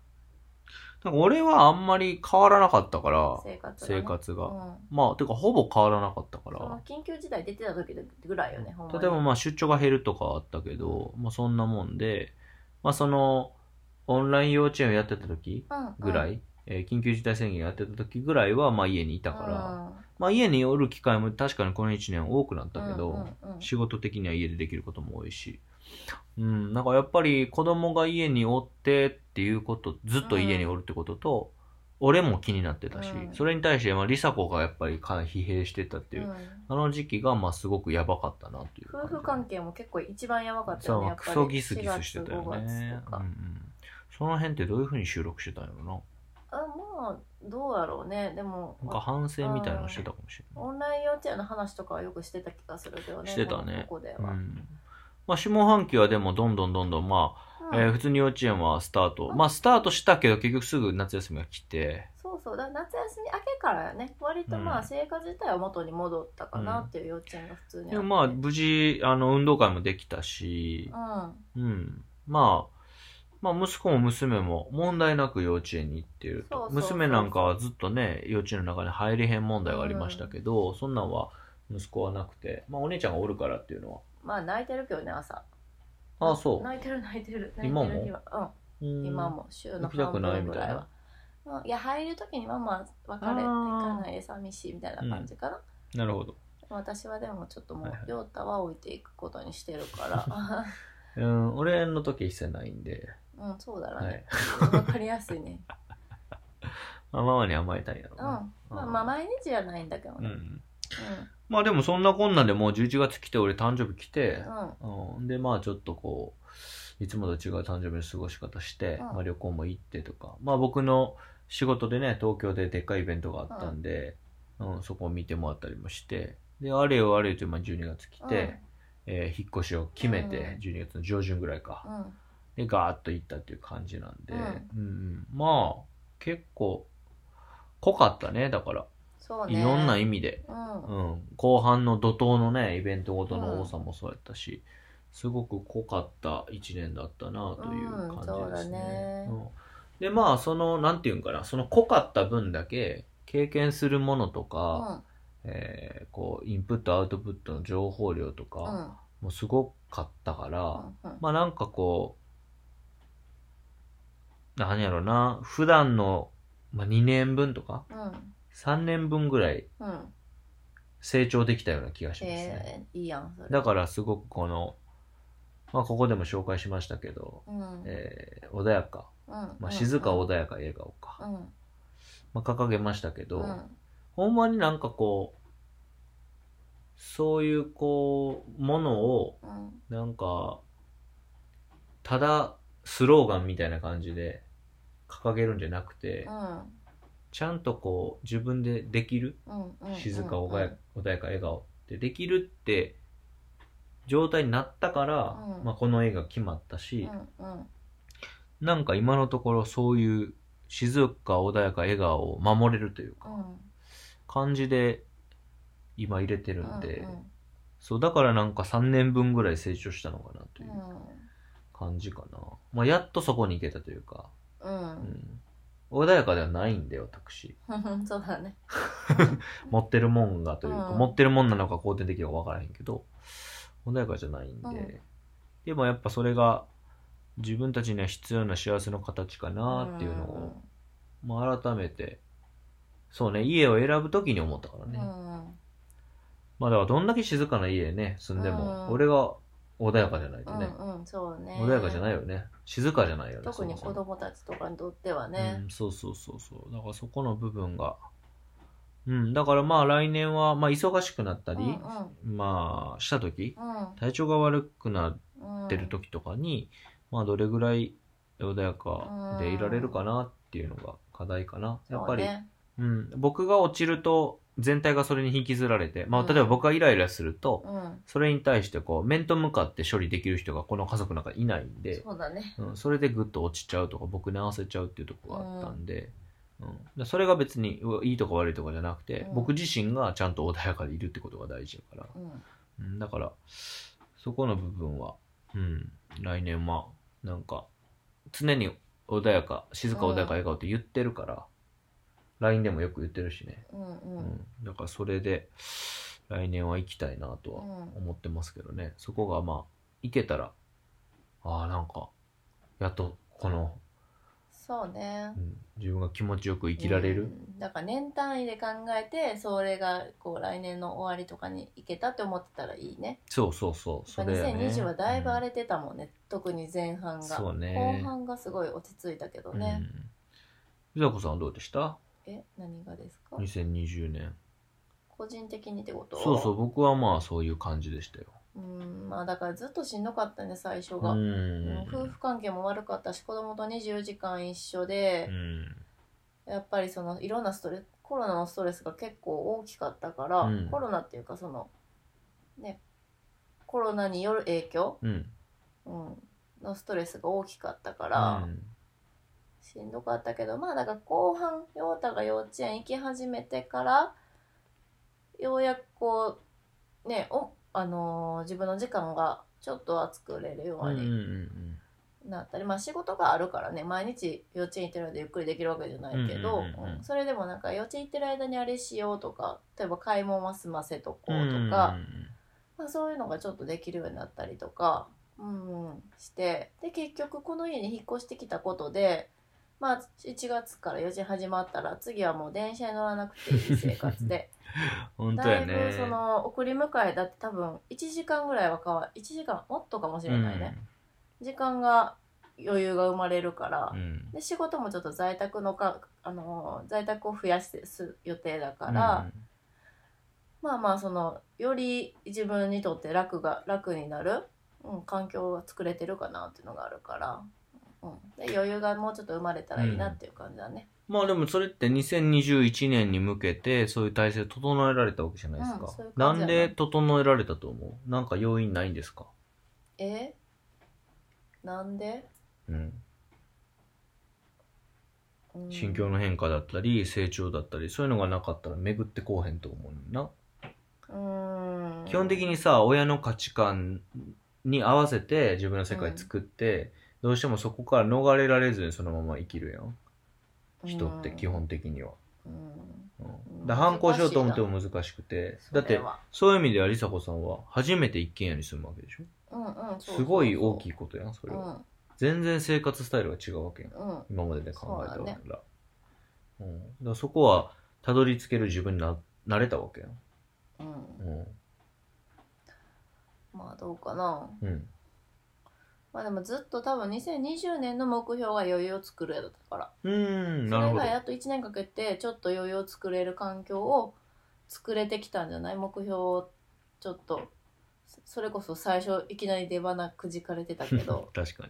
[SPEAKER 1] なんか俺はあんまり変わらなかったから
[SPEAKER 2] 生活がね、
[SPEAKER 1] 生活が、
[SPEAKER 2] うん
[SPEAKER 1] まあてかほぼ変わらなかったか
[SPEAKER 2] その
[SPEAKER 1] ら
[SPEAKER 2] 緊急事態出てた時ぐらいよね、ほんまに
[SPEAKER 1] 例えばまあ出張が減るとかあったけど、まあそんなもんでまあそのオンライン幼稚園をやってた時
[SPEAKER 2] うんうん
[SPEAKER 1] ぐらい、えー緊急事態宣言やってた時ぐらいはまあ家にいた
[SPEAKER 2] だ
[SPEAKER 1] から、まあ家におる機会も確かにこの1年多くなったけど、
[SPEAKER 2] うんうんうん
[SPEAKER 1] 仕事的には家でできることも多いし、うん、なんかやっぱり子供が家におってっていうこと、ずっと家におるってことと、俺も気になってたし、
[SPEAKER 2] うん
[SPEAKER 1] それに対して、まあ、梨紗子がやっぱりかなり疲弊してたっていう、
[SPEAKER 2] うん
[SPEAKER 1] あの時期が、まあ、すごくやばかったなっていう感
[SPEAKER 2] 夫
[SPEAKER 1] じ。
[SPEAKER 2] 婦関係も結構一番やばかった
[SPEAKER 1] そ
[SPEAKER 2] よ
[SPEAKER 1] う
[SPEAKER 2] ねやっぱ
[SPEAKER 1] ク
[SPEAKER 2] り
[SPEAKER 1] ソギスギスしてたよ
[SPEAKER 2] 4月
[SPEAKER 1] ね
[SPEAKER 2] と。
[SPEAKER 1] うん
[SPEAKER 2] か
[SPEAKER 1] う、ん。その辺ってどういうふうに収録してたんやろな。
[SPEAKER 2] あまあどうやろうねでも
[SPEAKER 1] なんか反省みたいなのしてたかもしれない。
[SPEAKER 2] オンライン幼稚園の話とかはよくしてた気がするけどね
[SPEAKER 1] してたね
[SPEAKER 2] ここで
[SPEAKER 1] う
[SPEAKER 2] は、
[SPEAKER 1] ん。まあ、下半期はでもどんどんどんどん、まあ、
[SPEAKER 2] うん
[SPEAKER 1] えー普通に幼稚園はスタート。
[SPEAKER 2] うん
[SPEAKER 1] まあ、スタートしたけど、結局すぐ夏休みが来て、
[SPEAKER 2] そうそうだから夏休み明けからやね割と
[SPEAKER 1] う
[SPEAKER 2] まあ
[SPEAKER 1] ん
[SPEAKER 2] 生活自体は元に戻ったかなっていう幼稚園が普通に
[SPEAKER 1] で
[SPEAKER 2] あ
[SPEAKER 1] も
[SPEAKER 2] って
[SPEAKER 1] まあ、無事、あの、運動会もできたし、うん。まあ、まあ、息子も娘も問題なく幼稚園に行っていると。
[SPEAKER 2] そうそうそう
[SPEAKER 1] 娘なんかはずっとね、幼稚園の中に入れへん問題がありましたけど、そんなんは息子はなくて、まあ、お姉ちゃんがおるからっていうのは。
[SPEAKER 2] うんまあ泣いてるけどね朝
[SPEAKER 1] ああ、そ
[SPEAKER 2] 泣いてる泣いてる泣い
[SPEAKER 1] 今
[SPEAKER 2] て
[SPEAKER 1] も
[SPEAKER 2] る日はうん
[SPEAKER 1] う。うん
[SPEAKER 2] 今。も週
[SPEAKER 1] 行
[SPEAKER 2] の
[SPEAKER 1] きた
[SPEAKER 2] 半
[SPEAKER 1] くない
[SPEAKER 2] 分
[SPEAKER 1] み
[SPEAKER 2] ぐ
[SPEAKER 1] たい
[SPEAKER 2] らい
[SPEAKER 1] な
[SPEAKER 2] は。。うんいや入る時にママは別れて
[SPEAKER 1] あー
[SPEAKER 2] 行かないで寂しいみたいな感じかな、
[SPEAKER 1] なるほど。
[SPEAKER 2] 私はでもちょっとも
[SPEAKER 1] はいはいう
[SPEAKER 2] 亮太は置いていくことにしてるか
[SPEAKER 1] うん、俺の時一切ないんで、
[SPEAKER 2] ら うんそうだろう
[SPEAKER 1] は
[SPEAKER 2] ね
[SPEAKER 1] い。
[SPEAKER 2] わ、かりやすいね
[SPEAKER 1] まあ、ママに甘えたいんやろ
[SPEAKER 2] う ん
[SPEAKER 1] うな
[SPEAKER 2] まあまあ毎日じゃないんだけど
[SPEAKER 1] う
[SPEAKER 2] ね
[SPEAKER 1] ん。まあでもそんなこんなでもう11月来て俺誕生日来て
[SPEAKER 2] う、んうん
[SPEAKER 1] うん、でまあちょっとこういつもと違う誕生日の過ごし方して、
[SPEAKER 2] うん
[SPEAKER 1] まあ、旅行も行ってとかまあ僕の仕事でね東京ででっかいイベントがあったんで、うんそこを見てもらったりもしてであれよあれよという間に12月来て、えー引っ越しを決めて、
[SPEAKER 2] う
[SPEAKER 1] 12月の上旬ぐらいか
[SPEAKER 2] う、
[SPEAKER 1] で
[SPEAKER 2] ん
[SPEAKER 1] ガーッと行ったっていう感じなんで、
[SPEAKER 2] うん
[SPEAKER 1] うんうんまあ結構濃かったねだから、
[SPEAKER 2] そうね
[SPEAKER 1] いろんな意味で。
[SPEAKER 2] うん
[SPEAKER 1] うん、後半の怒涛のねイベントごとの多さもそうやったし、すごく濃かった1年だったなという感じですね。
[SPEAKER 2] うんそうだね
[SPEAKER 1] んでまあそのなんていうんかなその濃かった分だけ経験するものとか、えーこうインプットアウトプットの情報量と
[SPEAKER 2] うんうん
[SPEAKER 1] か、もうすごかったから、
[SPEAKER 2] うん
[SPEAKER 1] まあなんかこうなんやろな普段の、まあ、2年分とか
[SPEAKER 2] うん
[SPEAKER 1] 3年分ぐらい
[SPEAKER 2] うん
[SPEAKER 1] 成長できたような気がしますね。
[SPEAKER 2] えー、いいやんそれ
[SPEAKER 1] だからすごくこの、まあ、ここでも紹介しましたけど、
[SPEAKER 2] うん
[SPEAKER 1] えー穏やか、
[SPEAKER 2] うん
[SPEAKER 1] まあ、静か
[SPEAKER 2] を
[SPEAKER 1] 穏やか笑顔か、
[SPEAKER 2] うん
[SPEAKER 1] まあ、掲げましたけ
[SPEAKER 2] う
[SPEAKER 1] ど、
[SPEAKER 2] ん
[SPEAKER 1] ほんまになんかこうそういうこうものを
[SPEAKER 2] うん
[SPEAKER 1] なんかただスローガンみたいな感じで掲げるんじゃなくて、
[SPEAKER 2] うん
[SPEAKER 1] ちゃんとこう自分でできる
[SPEAKER 2] うんうん
[SPEAKER 1] 静か穏や穏やか笑顔ってできるって状態になったから、
[SPEAKER 2] うん
[SPEAKER 1] まあ、この絵が決まったし、
[SPEAKER 2] うんうん
[SPEAKER 1] なんか今のところそういう静か穏やか笑顔を守れるというか、
[SPEAKER 2] うん
[SPEAKER 1] 感じで今入れてるんで、
[SPEAKER 2] うん
[SPEAKER 1] そうだからなんか3年分ぐらい成長したのかなというう感じかな、まあ、やっとそこに行けたというか、うんん、穏やかではないんで私
[SPEAKER 2] うんそうだね
[SPEAKER 1] 持ってるもんがというか、
[SPEAKER 2] うん
[SPEAKER 1] 持ってるもんなのか肯定的か分からへんけど穏やかじゃないんで、
[SPEAKER 2] うん
[SPEAKER 1] でもやっぱそれが自分たちには必要な幸せの形かなっていうのを、まあ、改めてそうね家を選ぶ時に思ったから
[SPEAKER 2] うん
[SPEAKER 1] ね、
[SPEAKER 2] うん
[SPEAKER 1] まあだからどんだけ静かな家ね住んでも、
[SPEAKER 2] うん
[SPEAKER 1] 俺が穏やかじゃないと
[SPEAKER 2] うん
[SPEAKER 1] ね、
[SPEAKER 2] うんそうね
[SPEAKER 1] 穏やかじゃないいよね静かじゃないよね
[SPEAKER 2] 特に
[SPEAKER 1] そも
[SPEAKER 2] 子
[SPEAKER 1] そも
[SPEAKER 2] 供たちとかにとってはね
[SPEAKER 1] うん、そうそうそうそうだからそこの部分がうんだからまあ来年は、まあ、忙しくなった
[SPEAKER 2] うん
[SPEAKER 1] り、
[SPEAKER 2] うん
[SPEAKER 1] まあした時
[SPEAKER 2] うん
[SPEAKER 1] 体調が悪くな
[SPEAKER 2] うん
[SPEAKER 1] ってる時とかに、まあどれぐらい穏やかでいられるかなっていうのが課題かな、やっぱり
[SPEAKER 2] そうね
[SPEAKER 1] うん、僕が落ちると全体がそれに引きずられて、まあ、
[SPEAKER 2] うん
[SPEAKER 1] 例えば僕がイライラすると、
[SPEAKER 2] うん
[SPEAKER 1] それに対してこう面と向かって処理できる人がこの家族なんかいないんで
[SPEAKER 2] そうだね
[SPEAKER 1] そ,、うん、それでグッと落ちちゃうとか僕に合わせちゃうっていうとこがあったんで、うんでそれが別にうわいいとか悪いとかじゃなくて、
[SPEAKER 2] うん
[SPEAKER 1] 僕自身がちゃんと穏やかでいるってことが大事だから、
[SPEAKER 2] うん
[SPEAKER 1] うん、だからそこの部分は、うん、来年はなんか常に穏やか静か穏やか笑顔って言ってるから、LINE でもよく言ってるしね、
[SPEAKER 2] うんう
[SPEAKER 1] うんん、だからそれで来年は行きたいなとは
[SPEAKER 2] うん
[SPEAKER 1] 思ってますけどね、そこがまあ行けたらああなんかやっとこの、
[SPEAKER 2] そうね
[SPEAKER 1] うん、自分が気持ちよく生きられ
[SPEAKER 2] う
[SPEAKER 1] る、
[SPEAKER 2] んだから年単位で考えてそれがこう来年の終わりとかに行けたって思ってたらいいね
[SPEAKER 1] そうそうそうそれやね
[SPEAKER 2] 2020はだいぶ荒
[SPEAKER 1] れ
[SPEAKER 2] れてたもんね、特に前半が
[SPEAKER 1] そうね
[SPEAKER 2] 後半がすごい落ち着いたけどね、
[SPEAKER 1] うんゆざこさんはどうでした
[SPEAKER 2] え何がですか
[SPEAKER 1] ?2020 年
[SPEAKER 2] 個人的にってこと
[SPEAKER 1] そうそう僕はまあそういう感じでしたよ
[SPEAKER 2] うんまあだからずっとしんどかったね最初
[SPEAKER 1] う
[SPEAKER 2] が、
[SPEAKER 1] ん
[SPEAKER 2] うん夫婦関係も悪かったし子供と24時間一緒で
[SPEAKER 1] う、ん
[SPEAKER 2] やっぱりそのいろんなストレスコロナのストレスが結構大きかったから、
[SPEAKER 1] うん
[SPEAKER 2] コロナっていうかそのねコロナによる影響、
[SPEAKER 1] うん
[SPEAKER 2] うん、のストレスが大きかったから、しんどかったけどまあだから後半陽太が幼稚園行き始めてからようやくこうねお、あのー自分の時間がちょっとは作れるよ
[SPEAKER 1] うん
[SPEAKER 2] う
[SPEAKER 1] うんうん
[SPEAKER 2] になったり、まあ仕事があるからね毎日幼稚園行ってるのでゆっくりできるわけじゃないけど、
[SPEAKER 1] うんうんうんうん
[SPEAKER 2] うんそれでもなんか幼稚園行ってる間にあれしようとか例えば買い物は済ませとこうと
[SPEAKER 1] う
[SPEAKER 2] か、
[SPEAKER 1] んうん
[SPEAKER 2] まあ、そういうのがちょっとできるようになったりとか、うんうん、してで結局この家に引っ越してきたことで、まあ、1月から4時始まったら次はもう電車に乗らなくていい生活で
[SPEAKER 1] 本当
[SPEAKER 2] だ
[SPEAKER 1] や
[SPEAKER 2] い
[SPEAKER 1] ね
[SPEAKER 2] ぶその送り迎えだって多分1時間ぐらいはかわ1時間もっとかもしれないね、時間が余裕が生まれるから、
[SPEAKER 1] うんうん
[SPEAKER 2] で仕事もちょっと在宅のか、あのー在宅を増やしてす予定だから、まあまあそのより自分にとって楽が楽になる、うん、環境が作れてるかなっていうのがあるから、うん、で余裕がもうちょっと生まれたらいいなっていう感じだね。
[SPEAKER 1] まあでもそれって2021年に向けてそういう体制整えられたわけじゃないですか、
[SPEAKER 2] うんそういう
[SPEAKER 1] な
[SPEAKER 2] 感じ
[SPEAKER 1] ん
[SPEAKER 2] やね
[SPEAKER 1] で整えられたと思うなんか要因ないんですか、
[SPEAKER 2] えなんで、
[SPEAKER 1] うん、
[SPEAKER 2] うん
[SPEAKER 1] 心境の変化だったり成長だったりそういうのがなかったら巡ってこうへんと思うねんな、
[SPEAKER 2] うん
[SPEAKER 1] 基本的にさ親の価値観に合わせて自分の世界作って、どうしてもそこから逃れられずにそのまま生きるやん人って基、本的には、
[SPEAKER 2] うん
[SPEAKER 1] うん、だから反抗しようと思っても難しくてだっ
[SPEAKER 2] そ
[SPEAKER 1] て
[SPEAKER 2] れは
[SPEAKER 1] そういう意味では梨紗子さんは初めて一軒家に住むわけでしょ
[SPEAKER 2] うんうん、
[SPEAKER 1] すごい大き
[SPEAKER 2] い
[SPEAKER 1] いことやんそれ
[SPEAKER 2] う
[SPEAKER 1] は、
[SPEAKER 2] ん
[SPEAKER 1] 全然生活スタイルが違うわけやん
[SPEAKER 2] うん
[SPEAKER 1] 今までで考えたわけだか
[SPEAKER 2] そ
[SPEAKER 1] らうん、だからそこはたどり着ける自分にななれたわけやん
[SPEAKER 2] うん、
[SPEAKER 1] うん
[SPEAKER 2] まあどうかな
[SPEAKER 1] うん
[SPEAKER 2] まあでもずっと多分2020年の目標が余裕を作るやだったから
[SPEAKER 1] うーん
[SPEAKER 2] そ
[SPEAKER 1] なる
[SPEAKER 2] れ
[SPEAKER 1] ほど
[SPEAKER 2] がやっと1年かけてちょっと余裕を作れる環境を作れてきたんじゃない目標をちょっとそそれこそ最初いきなり出花くじかれてたけ ど
[SPEAKER 1] 確かに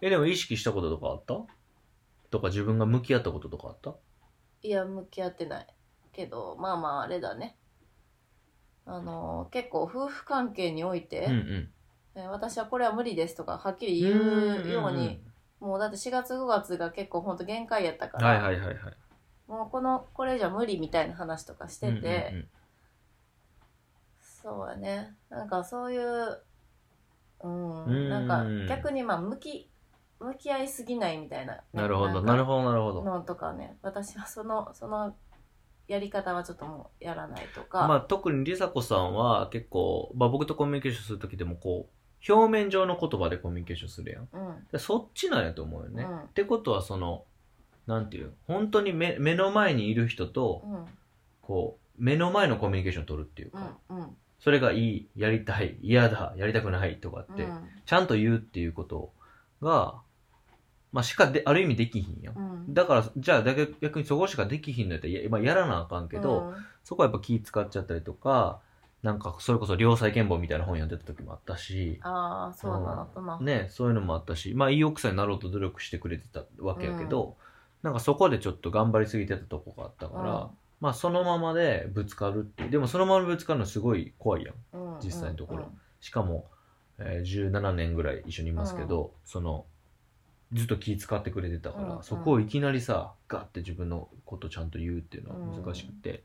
[SPEAKER 1] えでも意識したこととかあったとか自分が向き合ったこととかあった
[SPEAKER 2] いや向き合ってないけどまあまああれだねあのー結構夫婦関係において、
[SPEAKER 1] うんうん
[SPEAKER 2] えー私はこれは無理ですとかはっきり言うように
[SPEAKER 1] ん
[SPEAKER 2] もうだって4月5月が結構ほんと限界やったか
[SPEAKER 1] うん
[SPEAKER 2] ら、
[SPEAKER 1] はいはいはいはい
[SPEAKER 2] もうこのこれじゃ無理みたいな話とかしてて、
[SPEAKER 1] うん
[SPEAKER 2] そうやねなんかそういううん
[SPEAKER 1] うん
[SPEAKER 2] なんか逆にまあ向き向き合いすぎないみたいな、
[SPEAKER 1] うん、なるほど
[SPEAKER 2] な
[SPEAKER 1] なんる
[SPEAKER 2] か
[SPEAKER 1] ほどなるほど
[SPEAKER 2] のとかね私はそのそのやり方はちょっともうやらないとか、
[SPEAKER 1] まあ、特に梨紗子さんは結構、まあ、僕とコミュニケーションする時でもこう表面上の言葉でコミュニケーションするやん
[SPEAKER 2] うん
[SPEAKER 1] でそっちなんやと思うよね、
[SPEAKER 2] う
[SPEAKER 1] っ
[SPEAKER 2] ん
[SPEAKER 1] てことはそのなんていう本当に目目の前にいる人と
[SPEAKER 2] うん
[SPEAKER 1] こう目の前のコミュニケーションを取るっていう
[SPEAKER 2] うん
[SPEAKER 1] か、
[SPEAKER 2] うん
[SPEAKER 1] それがいい、やりたい、嫌だ、やりたくないとかって、ちゃんと言うっていうことが、まあ、しかで、ある意味できひんやん。
[SPEAKER 2] うん
[SPEAKER 1] だから、じゃあ逆逆にそこしかできひんのやったら、やまあ、やらなあかんけど、そこはやっぱ気使っちゃったりとか、なんかそれこそ良妻賢母みたいな本読んでた時もあったし、
[SPEAKER 2] ああそうなのとな、
[SPEAKER 1] ね、そういうのもあったし、まあいい奥さんになろうと努力してくれてたわけやけど、なんかそこでちょっと頑張りすぎてたとこがあったから、まあそのままでぶつかるっていう、でもそのままぶつかるのすごい怖いやん。
[SPEAKER 2] うん、うん
[SPEAKER 1] 実際のところしかも、えー17年ぐらい一緒にいますけど、そのずっと気使ってくれてたから、
[SPEAKER 2] うん
[SPEAKER 1] そこをいきなりさガッて自分のことちゃんと言うっていうのは難しくて、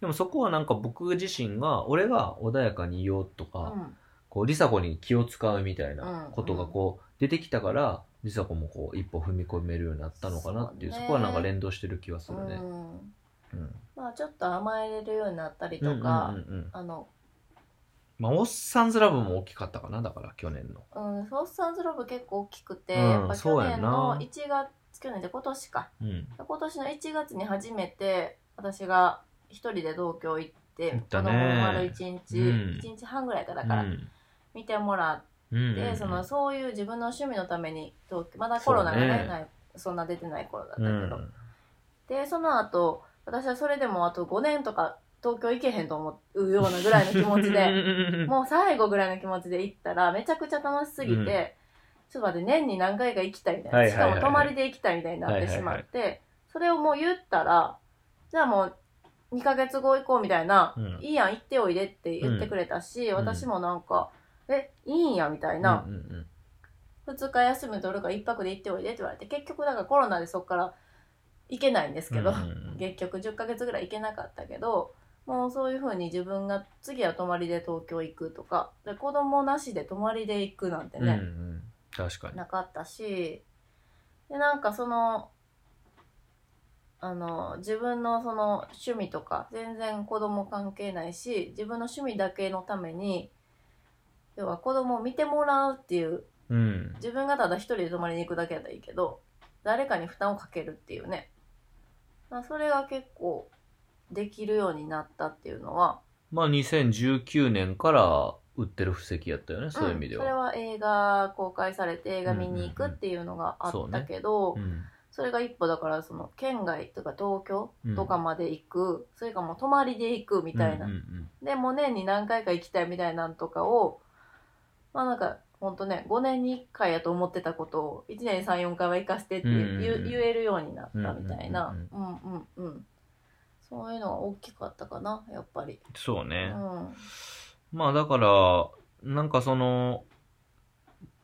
[SPEAKER 1] でもそこはなんか僕自身が俺が穏やかに言おうと
[SPEAKER 2] うん
[SPEAKER 1] か、こう梨紗子に気を使うみたいなことがこう出てきたから梨紗子もこう一歩踏み込めるようになったのかなっていうそ
[SPEAKER 2] そうね
[SPEAKER 1] こはなんか連動してる気はす
[SPEAKER 2] うん
[SPEAKER 1] るね。
[SPEAKER 2] うん
[SPEAKER 1] うん
[SPEAKER 2] まあちょっと甘えれるようになったりと
[SPEAKER 1] う
[SPEAKER 2] か、
[SPEAKER 1] んうんうん
[SPEAKER 2] あの
[SPEAKER 1] まあ、おっさんずラブも大きかったかなだから去年の。
[SPEAKER 2] うん、フォースサンズロブ結構大きくて、
[SPEAKER 1] うん
[SPEAKER 2] やっぱ
[SPEAKER 1] そう
[SPEAKER 2] 去
[SPEAKER 1] や
[SPEAKER 2] 年
[SPEAKER 1] な
[SPEAKER 2] の1月去年で今年か
[SPEAKER 1] うん
[SPEAKER 2] 今年の1月に初めて私が一人で同居行って
[SPEAKER 1] 行ったね
[SPEAKER 2] 丸1日、
[SPEAKER 1] うん
[SPEAKER 2] 1日半ぐらいかだから、
[SPEAKER 1] うん
[SPEAKER 2] 見てもら
[SPEAKER 1] うん
[SPEAKER 2] って、
[SPEAKER 1] うんうん
[SPEAKER 2] そのそういう自分の趣味のために同居まだコロナが、ね
[SPEAKER 1] そうね
[SPEAKER 2] ないそんな出てない頃だった
[SPEAKER 1] う
[SPEAKER 2] けど、
[SPEAKER 1] ん、
[SPEAKER 2] でその後私はそれでもあと5年とか東京行けへんと思うようなぐらいの気持 ちで。
[SPEAKER 1] で
[SPEAKER 2] もう最後ぐらいの気持ちで行ったら、めちゃくちゃ楽しすぎて、
[SPEAKER 1] うん
[SPEAKER 2] ちょっと待って、年に何回か行きたいみたいな、
[SPEAKER 1] はいはいはいはい
[SPEAKER 2] しかも泊まりで行きたいみたいになってしまって、それをもう言ったら、じゃあもう2ヶ月後行こうみたいな、
[SPEAKER 1] うん
[SPEAKER 2] いいやん、行っておいでって言ってくれたし、
[SPEAKER 1] ん
[SPEAKER 2] 私もなんか、え、いいんやみたいな、
[SPEAKER 1] うんうん
[SPEAKER 2] 2日休み取るから1泊で行っておいでって言われて、結局だからコロナでそこから行けないんですけど、
[SPEAKER 1] うんうん
[SPEAKER 2] 結局10ヶ月ぐらい行けなかったけどもうそういう風に自分が次は泊まりで東京行くとかで子供なしで泊まりで行くなんて
[SPEAKER 1] うんう
[SPEAKER 2] ね、
[SPEAKER 1] ん、確かに。
[SPEAKER 2] なかったしでなんかそのあの自分のその趣味とか全然子供関係ないし自分の趣味だけのために要は子供を見てもらうっていう
[SPEAKER 1] うん、
[SPEAKER 2] 自分がただ一人で泊まりに行くだけやったらいいけど誰かに負担をかけるっていうね、まあ、それが結構できるようになったっていうのは
[SPEAKER 1] まあ2019年から売ってる布石やったよね、そういう意味で
[SPEAKER 2] んそれ
[SPEAKER 1] は。
[SPEAKER 2] は映画公開されて映画見に行くっていうのがあ
[SPEAKER 1] うんうんうん
[SPEAKER 2] ったけど、
[SPEAKER 1] うん
[SPEAKER 2] それが一歩だからその県外とか東京
[SPEAKER 1] うん
[SPEAKER 2] とかまで行く、それかもう泊まりで行くみたいな、
[SPEAKER 1] うんうん
[SPEAKER 2] でもう年に何回か行きたいみたいなんとかをまあなんかほんとね5年に1回やと思ってたことを1年に34回は行かせてって言,、
[SPEAKER 1] うんうんうん
[SPEAKER 2] 言えるようになったみたいなうんうんうん、そういうのが大きかったかなやっぱり、
[SPEAKER 1] そう
[SPEAKER 2] う
[SPEAKER 1] ね。
[SPEAKER 2] ん、
[SPEAKER 1] まあだから、なんかその、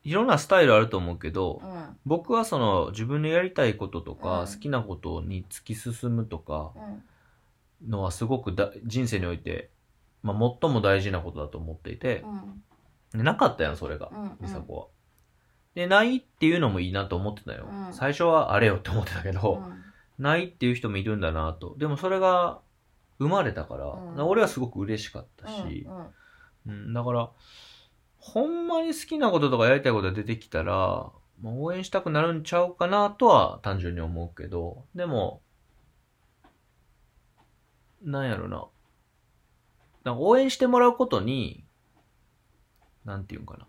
[SPEAKER 1] いろんなスタイルあると思うけど、
[SPEAKER 2] うん
[SPEAKER 1] 僕はその自分のやりたいこととか、
[SPEAKER 2] うん
[SPEAKER 1] 好きなことに突き進むとか
[SPEAKER 2] うん
[SPEAKER 1] のはすごくだ人生において、まあ最も大事なことだと思っていて
[SPEAKER 2] う、ん
[SPEAKER 1] でなかったやん、それが。
[SPEAKER 2] うん
[SPEAKER 1] 美佐子は。で、ないっていうのもいいなと思ってたよ。
[SPEAKER 2] うん
[SPEAKER 1] 最初はあれよって思ってたけ
[SPEAKER 2] う
[SPEAKER 1] ど、
[SPEAKER 2] ん
[SPEAKER 1] ないっていう人もいるんだなと。でもそれが生まれたから、
[SPEAKER 2] うん
[SPEAKER 1] 俺はすごく嬉しかったし、うんだから、ほんまに好きなこととかやりたいことが出てきたら、まあ、応援したくなるんちゃうかなとは単純に思うけど、でも、なんやろな。なんか応援してもらうことに、なんていうんかな。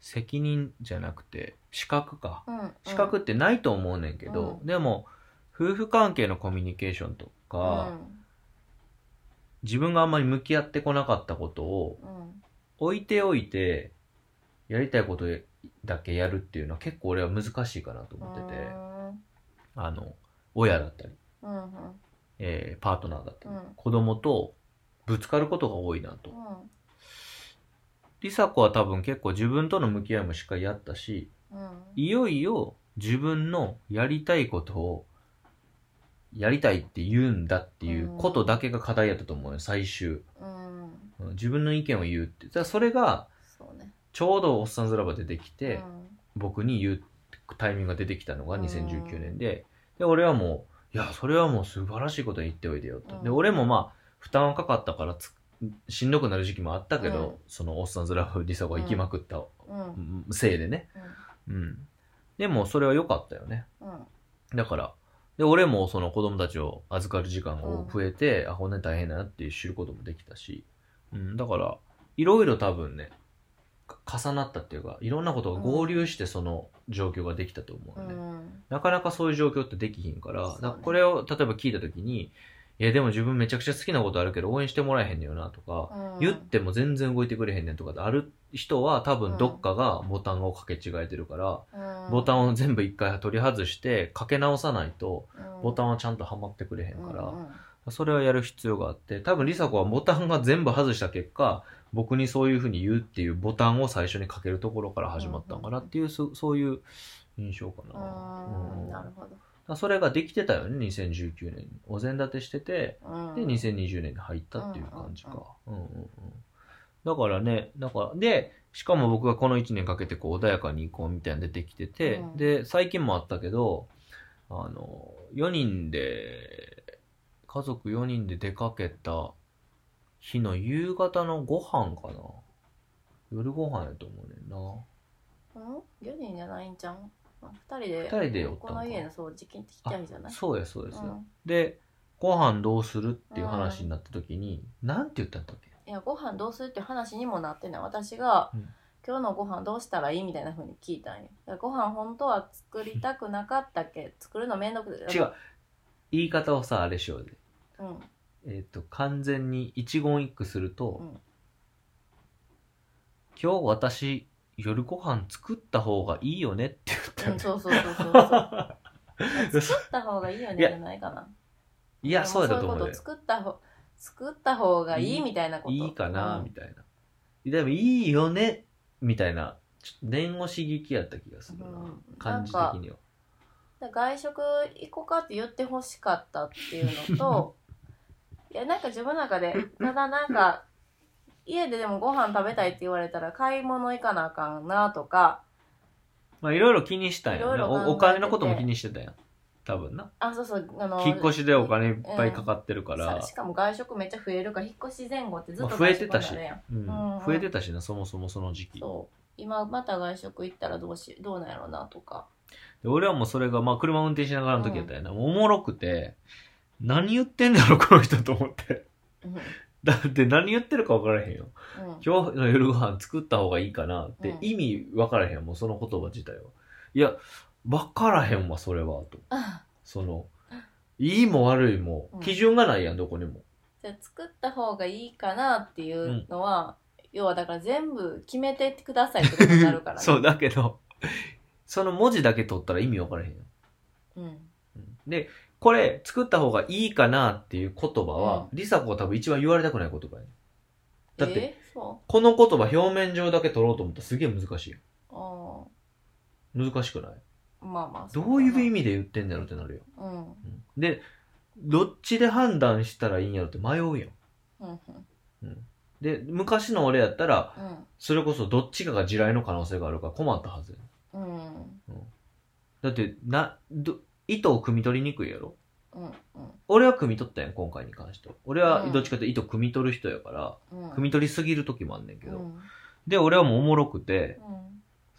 [SPEAKER 1] 責任じゃなくて、資格か。
[SPEAKER 2] うんうん
[SPEAKER 1] 資格ってないと思うねんけど、
[SPEAKER 2] う
[SPEAKER 1] でも、夫婦関係のコミュニケーションとか、自分があんまり向き合ってこなかったことを
[SPEAKER 2] うんうん
[SPEAKER 1] 置いておいてやりたいことだけやるっていうのは結構俺は難しいかなと思ってて、あの親だったり、
[SPEAKER 2] うんうんうん
[SPEAKER 1] えーパートナーだったり、
[SPEAKER 2] うん
[SPEAKER 1] 子供とぶつかることが多いなと
[SPEAKER 2] う。ん
[SPEAKER 1] 梨紗子は多分結構自分との向き合いもしっかりやったし
[SPEAKER 2] うん
[SPEAKER 1] いよいよ自分のやりたいことをやりたいって言うんだっていうことだけが課題やったと思うよ最終、
[SPEAKER 2] うん
[SPEAKER 1] うん自分の意見を言うってだからそれが
[SPEAKER 2] そうね
[SPEAKER 1] ちょうどおっさんずラバ出てきて、
[SPEAKER 2] うん
[SPEAKER 1] 僕に言うタイミングが出てきたのが
[SPEAKER 2] うん
[SPEAKER 1] 2019年で、で、俺はもう、いや、それはもう素晴らしいことに言っておいでよと。
[SPEAKER 2] うん
[SPEAKER 1] で、俺もまあ、負担はかかったからつ、しんどくなる時期もあったけど、
[SPEAKER 2] うん
[SPEAKER 1] そのおっさんずラブリサが行きまくった、
[SPEAKER 2] うん
[SPEAKER 1] せいでね。うん。でも、それは良かったよね。
[SPEAKER 2] うん
[SPEAKER 1] だから、で、俺もその子供たちを預かる時間が
[SPEAKER 2] うん
[SPEAKER 1] 増えて、あ、こんなに大変だなって知ることもできたし、うん、だから、いろいろ多分ね、か重なったっていうか、いろんなことが合流してその状況ができたと思う
[SPEAKER 2] う
[SPEAKER 1] よね。
[SPEAKER 2] ん
[SPEAKER 1] なかなかそういう状況ってできひんから、
[SPEAKER 2] そうね
[SPEAKER 1] だからこれを例えば聞いたときに、いやでも自分めちゃくちゃ好きなことあるけど応援してもらえへんのよなとか、
[SPEAKER 2] うん
[SPEAKER 1] 言っても全然動いてくれへんねんとかである人は多分どっかがボタンをかけ違えてるから、
[SPEAKER 2] うん
[SPEAKER 1] ボタンを全部一回取り外してかけ直さないと、
[SPEAKER 2] うん
[SPEAKER 1] ボタンはちゃんとはまってくれへんから、
[SPEAKER 2] うんうん
[SPEAKER 1] それはやる必要があって、多分リサ子はボタンが全部外した結果、僕にそういうふうに言うっていうボタンを最初にかけるところから始まったんかなっていう、そそういう印象かな。
[SPEAKER 2] うん
[SPEAKER 1] うん
[SPEAKER 2] なるほど。
[SPEAKER 1] だからそれができてたよね、2019年に。お膳立てしてて、
[SPEAKER 2] うん
[SPEAKER 1] で、2020年に入ったっていう感じか。うんうんうんだからね、だから、で、しかも僕がこの1年かけてこう穏やかに行こうみたいなの出てきてて、
[SPEAKER 2] うん
[SPEAKER 1] で、最近もあったけど、あの、4人で、家族4人で出かけた日の夕方のご飯かな。夜ご飯やと思うねんな。
[SPEAKER 2] うん、4人じゃないんじゃんまあ二人で
[SPEAKER 1] 二人でおったんか
[SPEAKER 2] この家の掃除機ってきたんじゃない
[SPEAKER 1] そうやそうやそう
[SPEAKER 2] う
[SPEAKER 1] や、
[SPEAKER 2] ん、
[SPEAKER 1] で、ご飯どうするっていう話になった時に、なんて言ったんだっけ
[SPEAKER 2] いやご飯どうするって話にもなってない私が、
[SPEAKER 1] うん
[SPEAKER 2] 今日のご飯どうしたらいいみたいな風に聞いたんよだからご飯本当は作りたくなかったっけ作るのめんどくて
[SPEAKER 1] 違う。言い方をさ、あれしようぜ。
[SPEAKER 2] うん
[SPEAKER 1] えっ、と、完全に一言一句すると、
[SPEAKER 2] うん
[SPEAKER 1] 今日私、夜ご飯作った方がいいよねって言った
[SPEAKER 2] う
[SPEAKER 1] よ
[SPEAKER 2] ん、
[SPEAKER 1] ね
[SPEAKER 2] そうそうそうそうそう
[SPEAKER 1] 嘘
[SPEAKER 2] 作った方がいいよね
[SPEAKER 1] い
[SPEAKER 2] じ
[SPEAKER 1] や
[SPEAKER 2] ゃないかないい
[SPEAKER 1] や、そうやだと思う
[SPEAKER 2] そう
[SPEAKER 1] よ
[SPEAKER 2] いうこと。作った方作った方がいいみたいなこと
[SPEAKER 1] いいかな、
[SPEAKER 2] うん
[SPEAKER 1] みたいな。でも、いいよね、みたいな、ちょっと念押し聞きやった気がするな。
[SPEAKER 2] うん
[SPEAKER 1] 感じ的には。
[SPEAKER 2] で外食行こうかって言ってほしかったっていうの といやなんか自分の中でただなんか家ででもご飯食べたいって言われたら買い物行かなあかんなとか
[SPEAKER 1] まあ、いろいろ気にしたんや
[SPEAKER 2] いろい
[SPEAKER 1] な
[SPEAKER 2] ろ考えてて
[SPEAKER 1] お。お金のことも気にしてたんや。多分な。
[SPEAKER 2] あそうそうあの
[SPEAKER 1] 引っ越しでお金いっぱいかかってるから。
[SPEAKER 2] さしかも外食めっちゃ増えるから引っ越し前後ってずっ
[SPEAKER 1] ま
[SPEAKER 2] と
[SPEAKER 1] あ増え
[SPEAKER 2] 外
[SPEAKER 1] て
[SPEAKER 2] 食
[SPEAKER 1] たし
[SPEAKER 2] になるやん
[SPEAKER 1] うん
[SPEAKER 2] うんうん
[SPEAKER 1] 増えてたしなそもそもその時期で
[SPEAKER 2] そう今また外食行ったらどうしどうなんやろうなとか
[SPEAKER 1] 俺はもうそれがまあ車運転しながらの時やったよな、もうおもろくて何言ってんだろこの人と思って
[SPEAKER 2] うん
[SPEAKER 1] だって何言ってるか分からへんよ
[SPEAKER 2] うん
[SPEAKER 1] 今日の夜ご飯作った方がいいかなっ
[SPEAKER 2] う
[SPEAKER 1] て
[SPEAKER 2] ん
[SPEAKER 1] 意味分からへんもうその言葉自体はいや分からへんわそれはと
[SPEAKER 2] あ
[SPEAKER 1] そのいいも悪いも
[SPEAKER 2] うん
[SPEAKER 1] 基準がないやんどこにも
[SPEAKER 2] じゃあ作った方がいいかなっていうのは、要はだから全部決めてくださいってことになるから ね
[SPEAKER 1] そうだけどその文字だけ取ったら意味分からへんよ
[SPEAKER 2] うん
[SPEAKER 1] で、これ、作った方がいいかなっていう言葉は、リサ子が多分一番言われたくない言葉やね。だって、
[SPEAKER 2] えーそ
[SPEAKER 1] この言葉表面上だけ取ろうと思ったらすげえ難しいよ。
[SPEAKER 2] うあ
[SPEAKER 1] 難しくない
[SPEAKER 2] ーまあまあそ
[SPEAKER 1] ど
[SPEAKER 2] かな
[SPEAKER 1] ういう意味で言ってんだろうってなるよ。
[SPEAKER 2] うん
[SPEAKER 1] うんで、どっちで判断したらいいんやろって迷うやん。
[SPEAKER 2] うん
[SPEAKER 1] で、昔の俺やったら、
[SPEAKER 2] うん
[SPEAKER 1] それこそどっちかが地雷の可能性があるから困ったはずやね
[SPEAKER 2] うん
[SPEAKER 1] だって、な、ど、意図を汲み取りにくいやろ
[SPEAKER 2] うん
[SPEAKER 1] 俺は汲み取ったやん、今回に関しては。俺はどっちかっていうと意図汲み取る人やから、
[SPEAKER 2] うん
[SPEAKER 1] 汲み取りすぎる時もあんねんけど、
[SPEAKER 2] うん
[SPEAKER 1] で、俺はもうおもろくて、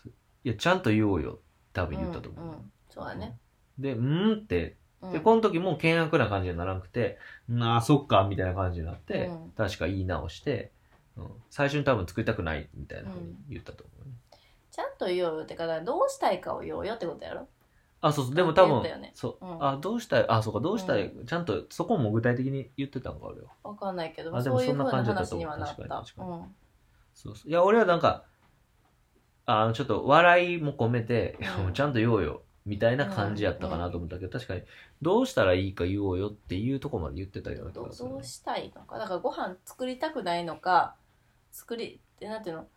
[SPEAKER 2] うん
[SPEAKER 1] いや、ちゃんと言おうよ、多分言ったと思う。
[SPEAKER 2] んんそうだね
[SPEAKER 1] で、うーんって、
[SPEAKER 2] うん
[SPEAKER 1] で、この時もう険悪な感じにならなくて、なあ、そっか、みたいな感じになって、
[SPEAKER 2] うん
[SPEAKER 1] 確か言い直して、うん、最初に多分作りたくない、みたいなふうに言ったと思うね。
[SPEAKER 2] ちゃんと言おうよってかだからどうしたいかを言おうよってことやろ
[SPEAKER 1] あ、そうそう、でも多
[SPEAKER 2] 言
[SPEAKER 1] 分、
[SPEAKER 2] ったよね
[SPEAKER 1] そう、
[SPEAKER 2] うん
[SPEAKER 1] あ、どうしたい、あ、そうか、どうしたい、
[SPEAKER 2] う
[SPEAKER 1] ちゃんと、そこも具体的に言ってたんか、俺は。
[SPEAKER 2] わかんないけど
[SPEAKER 1] あで
[SPEAKER 2] そ
[SPEAKER 1] も
[SPEAKER 2] ういう
[SPEAKER 1] そん
[SPEAKER 2] ふう
[SPEAKER 1] な感
[SPEAKER 2] な
[SPEAKER 1] じだった
[SPEAKER 2] 話
[SPEAKER 1] と
[SPEAKER 2] に
[SPEAKER 1] 思う
[SPEAKER 2] はなった
[SPEAKER 1] 確か
[SPEAKER 2] う
[SPEAKER 1] に
[SPEAKER 2] ん
[SPEAKER 1] そうそう。いや、俺はなんか、あの、ちょっと笑いも込めて、
[SPEAKER 2] うん
[SPEAKER 1] いや もうちゃんと言おうよ、みたいな感じやったかなと思ったけど、確かに、どうしたらいいか言おうよっていうところまで言ってたような気
[SPEAKER 2] ど
[SPEAKER 1] が
[SPEAKER 2] う
[SPEAKER 1] する
[SPEAKER 2] ど
[SPEAKER 1] ね
[SPEAKER 2] う。したいのかだからご飯作りたくないのか作りってなんていうの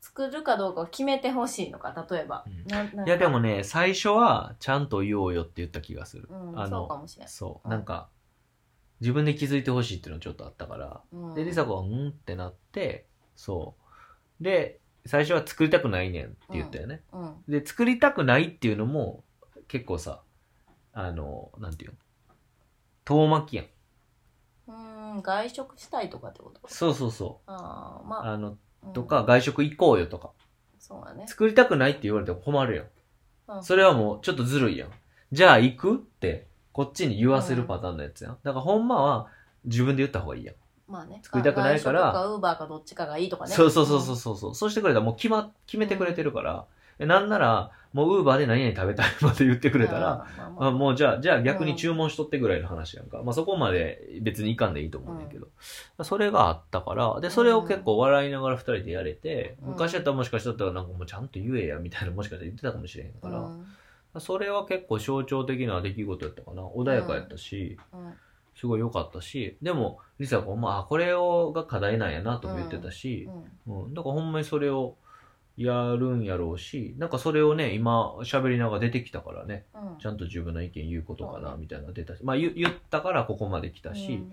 [SPEAKER 2] 作るかどうかを決めてほしいのか例えば、
[SPEAKER 1] うん
[SPEAKER 2] ななんか
[SPEAKER 1] いや、でもね、最初は、ちゃんと言おうよって言った気がする。
[SPEAKER 2] うん
[SPEAKER 1] あの
[SPEAKER 2] そうかもしれない、
[SPEAKER 1] そう。
[SPEAKER 2] うん
[SPEAKER 1] なんか、自分で気づいてほしいっていうのちょっとあったから、
[SPEAKER 2] うん、
[SPEAKER 1] で、りさ子は、うんってなって、そう。で、最初は作りたくないねんって言ったよね。
[SPEAKER 2] うん
[SPEAKER 1] で、作りたくないっていうのも、結構さ、あの、なんていうの遠巻きやん。
[SPEAKER 2] うーん外食したいとかってこと
[SPEAKER 1] そうそうそ
[SPEAKER 2] ああ
[SPEAKER 1] う。
[SPEAKER 2] まあ
[SPEAKER 1] あの、
[SPEAKER 2] うん
[SPEAKER 1] とか、外食行こうよとか。
[SPEAKER 2] そうだね
[SPEAKER 1] 作りたくないって言われても困るや。
[SPEAKER 2] うんん
[SPEAKER 1] それはもう、ちょっとずるいやん。じゃあ行くって、こっちに言わせるパターンのやつやん。だから、ほんまは、自分で言った方がいいやん。
[SPEAKER 2] まあね、
[SPEAKER 1] 作りたくないから
[SPEAKER 2] 外食かウーバーかどっちかがいいとかね。
[SPEAKER 1] そうそうそうそうそうそう。そうしてくれたらもう決ま、決めてくれてるから。えなんなら、もうウーバーで何々食べたいまで言ってく
[SPEAKER 2] うん。
[SPEAKER 1] れたら、
[SPEAKER 2] まあまあ
[SPEAKER 1] あもうじゃあ、じゃあ逆に注文しとってぐらいの話やんか。まあそこまで別にいかんでいいと思うんだけど。それがあったから、で、それを結構笑いながら二人でやれて、
[SPEAKER 2] うん
[SPEAKER 1] 昔やったらもしかしたらなんかもうちゃんと言えやみたいなもしかしたら言ってたかもしれへんから、
[SPEAKER 2] うん
[SPEAKER 1] それは結構象徴的な出来事やったかな。穏やかやったし、
[SPEAKER 2] うん
[SPEAKER 1] すごい良かったし、でも、リサ子も、あ、これをが課題なんやなとも言ってたし、
[SPEAKER 2] うん
[SPEAKER 1] うん、だからほんまにそれをやるんやろうし、なんかそれをね、今喋りながら出てきたからね、
[SPEAKER 2] うん
[SPEAKER 1] ちゃんと自分の意見言うことか
[SPEAKER 2] そ
[SPEAKER 1] な、
[SPEAKER 2] う
[SPEAKER 1] みたいなの出たし、まあ言言ったからここまで来たし、
[SPEAKER 2] うん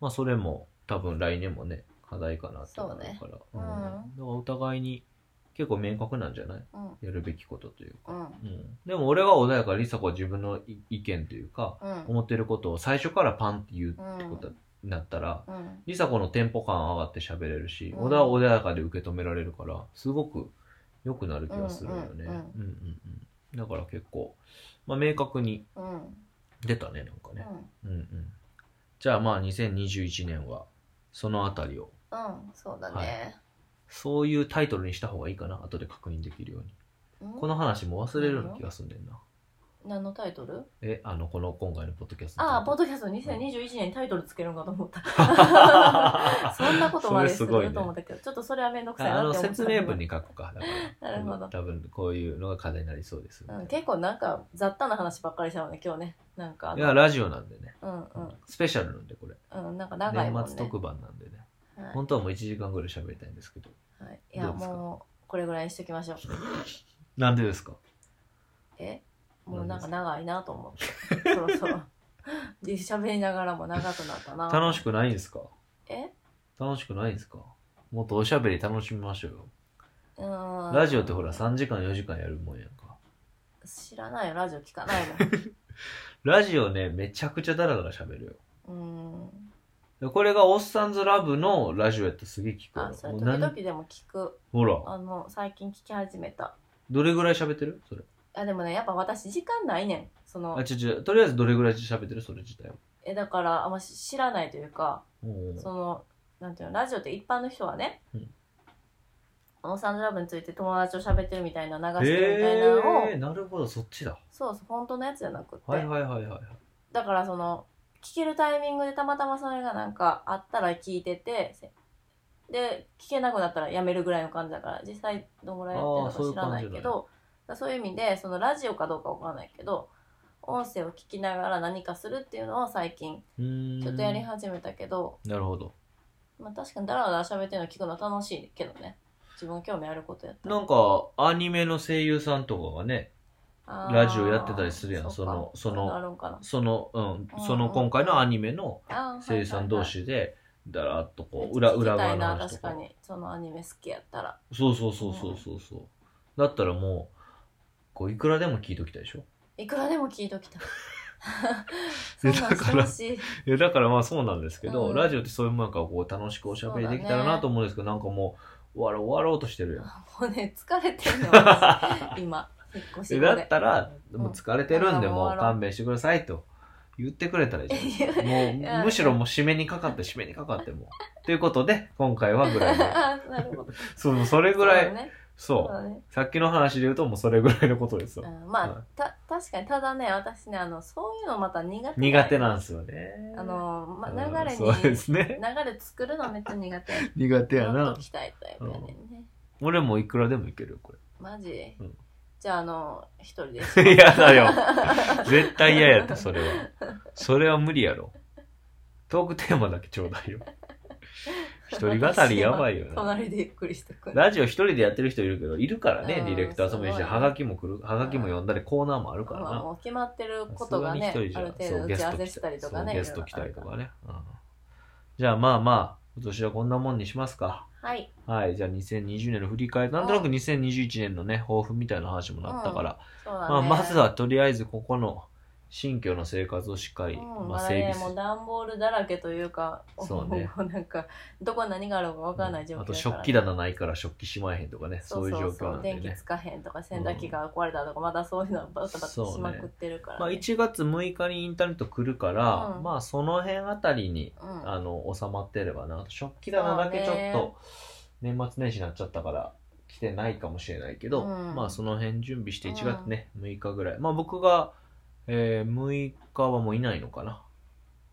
[SPEAKER 1] まあそれも多分来年もね、課題かなって思うから、
[SPEAKER 2] そう
[SPEAKER 1] うん
[SPEAKER 2] うん
[SPEAKER 1] だからお互いに結構明確なんじゃない
[SPEAKER 2] うん
[SPEAKER 1] やるべきことというか。
[SPEAKER 2] うん
[SPEAKER 1] うん、でも俺は穏やかにリサ子は自分のい意見というか、
[SPEAKER 2] うん
[SPEAKER 1] 思ってることを最初からパンって言うってことになったら、
[SPEAKER 2] うん
[SPEAKER 1] 梨紗子のテンポ感上がって喋れるし、
[SPEAKER 2] うん
[SPEAKER 1] 小田は穏やかで受け止められるからすごく良くなる気がするよね
[SPEAKER 2] うんうん
[SPEAKER 1] うんうんうんだから結構、まあ、明確に
[SPEAKER 2] うん
[SPEAKER 1] 出たねなんか
[SPEAKER 2] う
[SPEAKER 1] ね、
[SPEAKER 2] ん
[SPEAKER 1] うんうんじゃあまあ2021年はそのあたりを
[SPEAKER 2] うんそうだね。
[SPEAKER 1] そういうタイトルにした方がいいかな後で確認できるように
[SPEAKER 2] うん
[SPEAKER 1] この話も忘れるような気がすんだよな
[SPEAKER 2] 何のタイトル
[SPEAKER 1] えあのこの今回のポッドキャストの
[SPEAKER 2] ああ、ポッ
[SPEAKER 1] タイ
[SPEAKER 2] ドキャスト2021年タイトルつけるんかと思った。
[SPEAKER 1] トル
[SPEAKER 2] そんなことまです
[SPEAKER 1] それすごい
[SPEAKER 2] る
[SPEAKER 1] ね
[SPEAKER 2] と思ったけど、ちょっとそれはめんどくさい
[SPEAKER 1] ああ
[SPEAKER 2] なっ
[SPEAKER 1] の
[SPEAKER 2] て思った。
[SPEAKER 1] 説明文に書くかだから
[SPEAKER 2] なるほど
[SPEAKER 1] 多分こういうのが課題になりそうですみたいな
[SPEAKER 2] うん、結構なんか雑多な話ばっかりしたよね、今日ね。なんかあ
[SPEAKER 1] い
[SPEAKER 2] の、
[SPEAKER 1] や、ラジオなんでね。
[SPEAKER 2] う
[SPEAKER 1] スペシャルなんで、これ。
[SPEAKER 2] んうん、うん、なんか長いもん
[SPEAKER 1] 年
[SPEAKER 2] ね。
[SPEAKER 1] 末特番なんでね。
[SPEAKER 2] はい
[SPEAKER 1] 本当はもう1時間ぐらい喋りたいんですけど。
[SPEAKER 2] はい、いや
[SPEAKER 1] どうですか
[SPEAKER 2] もうこれぐらいにしときましょう
[SPEAKER 1] なんでですか
[SPEAKER 2] えもうなんか長いなと思って そろそろで喋りながらも長くなったな
[SPEAKER 1] 楽しくないんですか
[SPEAKER 2] え
[SPEAKER 1] 楽しくないんですかもっとおしゃべり楽しみましょうよ。
[SPEAKER 2] うーん
[SPEAKER 1] ラジオってほら3時間4時間やるもんやんか。
[SPEAKER 2] 知らないよラジオ聞かない
[SPEAKER 1] ラジオね、めちゃくちゃダラダラ喋る
[SPEAKER 2] もんうーん
[SPEAKER 1] よ。これがおっさんずラブのラジオやったらすげえ聞く
[SPEAKER 2] あそ
[SPEAKER 1] よ。も
[SPEAKER 2] れ
[SPEAKER 1] う
[SPEAKER 2] 時々
[SPEAKER 1] 何
[SPEAKER 2] でも聞く
[SPEAKER 1] ほら、
[SPEAKER 2] あの最近聞き始めた
[SPEAKER 1] どれぐらい喋ってるそれ。
[SPEAKER 2] あでもねやっぱ私時間ないねんその
[SPEAKER 1] あ、ちょちょ、とりあえずどれぐらい喋ってるそれ自体は。
[SPEAKER 2] えだからあんまし知らないというか
[SPEAKER 1] おー
[SPEAKER 2] そのなんていうのラジオって一般の人はね、
[SPEAKER 1] うん
[SPEAKER 2] このサンドラブについて友達と喋ってるみたいな流してるみたいなのを、
[SPEAKER 1] へえー、なるほど、そっちだ。
[SPEAKER 2] そうそう本当のやつじゃなくって、
[SPEAKER 1] はいはいはいはい。
[SPEAKER 2] だからその聞けるタイミングでたまたまそれがなんかあったら聞いててせで聞けなくなったらやめるぐらいの感じだから実際どのぐらいや
[SPEAKER 1] あー
[SPEAKER 2] って
[SPEAKER 1] そうい
[SPEAKER 2] るの
[SPEAKER 1] う
[SPEAKER 2] か知らない
[SPEAKER 1] 感じ
[SPEAKER 2] け
[SPEAKER 1] だね
[SPEAKER 2] どだそういう意味でそのラジオかどうかわからないけど音声を聞きながら何かするっていうのを最近
[SPEAKER 1] うーん
[SPEAKER 2] ちょっとやり始めたけど、
[SPEAKER 1] なるほど。
[SPEAKER 2] まあ、確かにダラダラ喋ってるの聞くの楽しいけどね自分興味あることやったら
[SPEAKER 1] なんか、アニメの声優さんとかがね、
[SPEAKER 2] あー
[SPEAKER 1] ラジオやってたりするやん
[SPEAKER 2] うか
[SPEAKER 1] そのその
[SPEAKER 2] ういうあるんかな
[SPEAKER 1] その、うん
[SPEAKER 2] う、ん
[SPEAKER 1] その今回のアニメの
[SPEAKER 2] あー
[SPEAKER 1] 声優さん同
[SPEAKER 2] はい
[SPEAKER 1] 士で、だらっとこ
[SPEAKER 2] は
[SPEAKER 1] う、
[SPEAKER 2] い
[SPEAKER 1] 裏、
[SPEAKER 2] はい
[SPEAKER 1] 裏側の
[SPEAKER 2] 聞きたいな
[SPEAKER 1] 話と
[SPEAKER 2] 確か
[SPEAKER 1] か。
[SPEAKER 2] にそのアニメ好きやったら
[SPEAKER 1] そうそうそうそうそうそう。だったらもう、こう、いくらでも聞いときたいでしょ。
[SPEAKER 2] いくらでも聞いと きたそ
[SPEAKER 1] え
[SPEAKER 2] んなんしてほしい
[SPEAKER 1] いやだからまあそうなんですけど、
[SPEAKER 2] うん
[SPEAKER 1] ラジオってそういうもんやからこう、楽しくおしゃべりできたら
[SPEAKER 2] そうだ
[SPEAKER 1] な
[SPEAKER 2] ね
[SPEAKER 1] と思うんですけど、なんかもう、終わろう、終わろうとしてるやん。
[SPEAKER 2] もうね疲れてるの私今引っ越
[SPEAKER 1] え
[SPEAKER 2] し
[SPEAKER 1] だ
[SPEAKER 2] 後
[SPEAKER 1] っ
[SPEAKER 2] で
[SPEAKER 1] たら、もう 疲れてるんで、
[SPEAKER 2] うん
[SPEAKER 1] も
[SPEAKER 2] 終わ
[SPEAKER 1] う
[SPEAKER 2] ろう
[SPEAKER 1] 勘弁してくださいと言ってくれたらいいじゃないです か。もう、むしろもう締めにかかって、締めにかかってもう。ということで、今回はぐらいの。
[SPEAKER 2] あーなるほど
[SPEAKER 1] そう、もうそれぐら
[SPEAKER 2] そう
[SPEAKER 1] い、
[SPEAKER 2] だねそう
[SPEAKER 1] そう。
[SPEAKER 2] だね
[SPEAKER 1] さっきの話で言うと、もうそれぐらいのことですよ
[SPEAKER 2] う。んまあ、
[SPEAKER 1] はい
[SPEAKER 2] た確かにただね私ねあのそういうのまた苦手
[SPEAKER 1] 苦手なんですよね。
[SPEAKER 2] あの、ま、
[SPEAKER 1] うん
[SPEAKER 2] 流れに、
[SPEAKER 1] そうですね。
[SPEAKER 2] 流れ作るのめっちゃ 苦手
[SPEAKER 1] 苦手や
[SPEAKER 2] もっ
[SPEAKER 1] な
[SPEAKER 2] と。鍛えたいみたいなね
[SPEAKER 1] 俺もいくらでもいけるよ、 こ
[SPEAKER 2] マジ、
[SPEAKER 1] うん
[SPEAKER 2] じゃああの一人で
[SPEAKER 1] れ。嫌だよ。絶対嫌やった、それは。それは無理やろ。トークテーマだけちょうだいよ。一人語りやば いよな。
[SPEAKER 2] 隣でゆっくりしてくる
[SPEAKER 1] ラジオ一人でやってる人いるけど、いるからね、
[SPEAKER 2] うん
[SPEAKER 1] ディレクターさんもいるし、
[SPEAKER 2] すごい
[SPEAKER 1] はがきも来る、はがきも読んだり、コーナーもあるから
[SPEAKER 2] まあ
[SPEAKER 1] な。
[SPEAKER 2] もう決まってることがね
[SPEAKER 1] さすに一
[SPEAKER 2] ある
[SPEAKER 1] 人じゃ
[SPEAKER 2] 程度打ち合わせし
[SPEAKER 1] そう
[SPEAKER 2] たりとかね
[SPEAKER 1] ゲスト来たりとかね。うんじゃあまあまあ、今年はこんなもんにしますか。
[SPEAKER 2] はい
[SPEAKER 1] はい、じゃあ2020年の振り返り、なんとなく2021年のね、抱負みたいな話もなったから、
[SPEAKER 2] そうだね
[SPEAKER 1] まあまずはとりあえずここの新居の生活をしっかり、
[SPEAKER 2] うん、
[SPEAKER 1] ま
[SPEAKER 2] ま
[SPEAKER 1] あ、
[SPEAKER 2] だ
[SPEAKER 1] 整
[SPEAKER 2] ね
[SPEAKER 1] 備す
[SPEAKER 2] もう段ボールだらけというか
[SPEAKER 1] そうね
[SPEAKER 2] もうなんかどこに何があるか分かんない状況
[SPEAKER 1] あ
[SPEAKER 2] だか
[SPEAKER 1] と
[SPEAKER 2] ら
[SPEAKER 1] 食器棚ないから食器しまえへんとかね
[SPEAKER 2] そ
[SPEAKER 1] そうういう
[SPEAKER 2] そ
[SPEAKER 1] 状
[SPEAKER 2] うそ
[SPEAKER 1] 況な
[SPEAKER 2] うん
[SPEAKER 1] で
[SPEAKER 2] 電気
[SPEAKER 1] ね
[SPEAKER 2] つかへんとか洗濯機が壊れたとか、まだそういうのバタバタし
[SPEAKER 1] そうね
[SPEAKER 2] まくってるから、
[SPEAKER 1] まあ、
[SPEAKER 2] ね
[SPEAKER 1] 1月6日にインターネット来るから、
[SPEAKER 2] うん
[SPEAKER 1] まあその辺あたりに
[SPEAKER 2] うん
[SPEAKER 1] あの収まってればなあと食器棚だけちょ
[SPEAKER 2] そ
[SPEAKER 1] っ
[SPEAKER 2] うね
[SPEAKER 1] と年末年始になっちゃったから来てないかもしれないけど、
[SPEAKER 2] うん
[SPEAKER 1] まあその辺準備して1月ね、6日ぐらいまあ僕が、えー6日はもういないのかな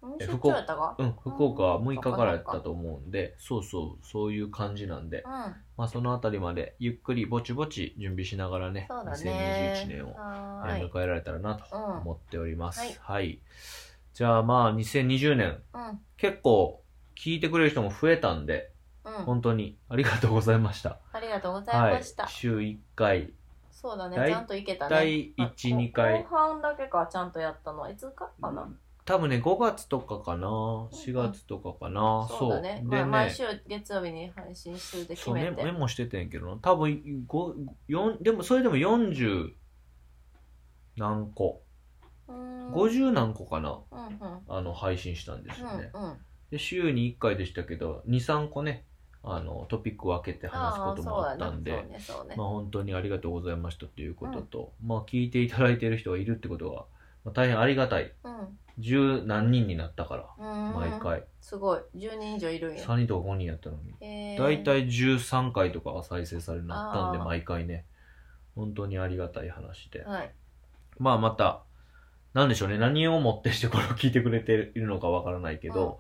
[SPEAKER 2] うん
[SPEAKER 1] え
[SPEAKER 2] 出張やったか
[SPEAKER 1] うん福岡は
[SPEAKER 2] うん
[SPEAKER 1] 6日からやったと思うんで、そうそうそういう感じなんで、
[SPEAKER 2] うん
[SPEAKER 1] まあそのあたりまでゆっくりぼちぼち準備しながらね
[SPEAKER 2] そうだね
[SPEAKER 1] 2021年を
[SPEAKER 2] は
[SPEAKER 1] は
[SPEAKER 2] ー
[SPEAKER 1] い、
[SPEAKER 2] い
[SPEAKER 1] 迎えられたらなと
[SPEAKER 2] うん
[SPEAKER 1] 思っております。
[SPEAKER 2] は
[SPEAKER 1] は
[SPEAKER 2] い
[SPEAKER 1] い。じゃあまあ2020年、
[SPEAKER 2] う
[SPEAKER 1] 結構聞いてくれる人も増えたんで、
[SPEAKER 2] んうん
[SPEAKER 1] 本当にありがとうございました。
[SPEAKER 2] ありがとうござい
[SPEAKER 1] は
[SPEAKER 2] ました、
[SPEAKER 1] 週1回、
[SPEAKER 2] そうだね
[SPEAKER 1] 大
[SPEAKER 2] ちゃんといけたね
[SPEAKER 1] 第
[SPEAKER 2] まあ
[SPEAKER 1] 1、
[SPEAKER 2] こ
[SPEAKER 1] 2回
[SPEAKER 2] 後。半だけかちゃんとやったのはいつかかな、
[SPEAKER 1] 多分ね、5月とかかな、4月とかかな、
[SPEAKER 2] そうだねま
[SPEAKER 1] で
[SPEAKER 2] あ、毎
[SPEAKER 1] ね、
[SPEAKER 2] 週月曜日に配信するって決
[SPEAKER 1] そうメ
[SPEAKER 2] め
[SPEAKER 1] モ
[SPEAKER 2] て
[SPEAKER 1] メモしててんけどな、多分ご4でもそれでも40何個、
[SPEAKER 2] うーん
[SPEAKER 1] 50何個かな、
[SPEAKER 2] うんうん
[SPEAKER 1] あの配信したんですよね。
[SPEAKER 2] うんうん
[SPEAKER 1] で週に1回でしたけど23個ねあのトピック分けて話す
[SPEAKER 2] あ
[SPEAKER 1] こ
[SPEAKER 2] あ
[SPEAKER 1] と
[SPEAKER 2] そう
[SPEAKER 1] もあ
[SPEAKER 2] だ
[SPEAKER 1] ったんで、
[SPEAKER 2] ねそうね
[SPEAKER 1] まあ、本当にありがとうございましたということと、まあ、聞いていただいている人がいるってことは、まあ、大変ありがたい
[SPEAKER 2] そうね
[SPEAKER 1] 十何人になったから
[SPEAKER 2] うんうん
[SPEAKER 1] 毎回、
[SPEAKER 2] すごい10人以上いるんや
[SPEAKER 1] 3人とか5人やったのに
[SPEAKER 2] へー
[SPEAKER 1] 大体13回とかが再生されるなったんで
[SPEAKER 2] あー
[SPEAKER 1] 毎回ね本当にありがたい話で、
[SPEAKER 2] はい
[SPEAKER 1] まあまた、なんでしょうね、何をもってしてこれを聞いてくれているのかわからないけど、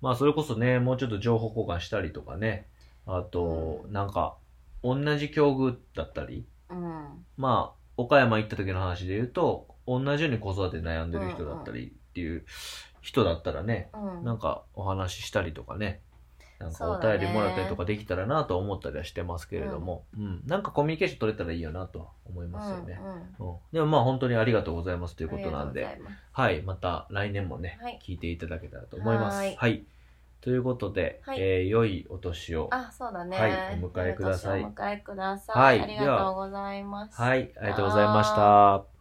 [SPEAKER 1] まあそれこそね、もうちょっと情報交換したりとかね、あと、
[SPEAKER 2] う
[SPEAKER 1] なんか、同じ境遇だったり、
[SPEAKER 2] うん
[SPEAKER 1] まあ、岡山行った時の話で言うと、同じように子育て悩んでる人だったりっていう人だったらね、
[SPEAKER 2] うん
[SPEAKER 1] なんかお話ししたりとかね、なんか
[SPEAKER 2] そ
[SPEAKER 1] お
[SPEAKER 2] うだね
[SPEAKER 1] 便りもらったりとかできたらなと思ったりはしてますけれども、うん、なんかコミュニケーション取れたらいいよなとは思いますよね。
[SPEAKER 2] うんうん
[SPEAKER 1] うん、でもまあ本当にありがとうございますという
[SPEAKER 2] あ
[SPEAKER 1] こ
[SPEAKER 2] り
[SPEAKER 1] とな
[SPEAKER 2] がとうんござい
[SPEAKER 1] で、
[SPEAKER 2] ます
[SPEAKER 1] はい、また来年もね、
[SPEAKER 2] はい
[SPEAKER 1] 聞いていただけたらと思います。
[SPEAKER 2] は
[SPEAKER 1] は
[SPEAKER 2] ー
[SPEAKER 1] い
[SPEAKER 2] い
[SPEAKER 1] ということで、
[SPEAKER 2] はい
[SPEAKER 1] えー良いお年を。
[SPEAKER 2] あそうだね
[SPEAKER 1] はいお迎えください
[SPEAKER 2] お迎えください
[SPEAKER 1] はい
[SPEAKER 2] ありがとうございます
[SPEAKER 1] はい、ありがとうございました。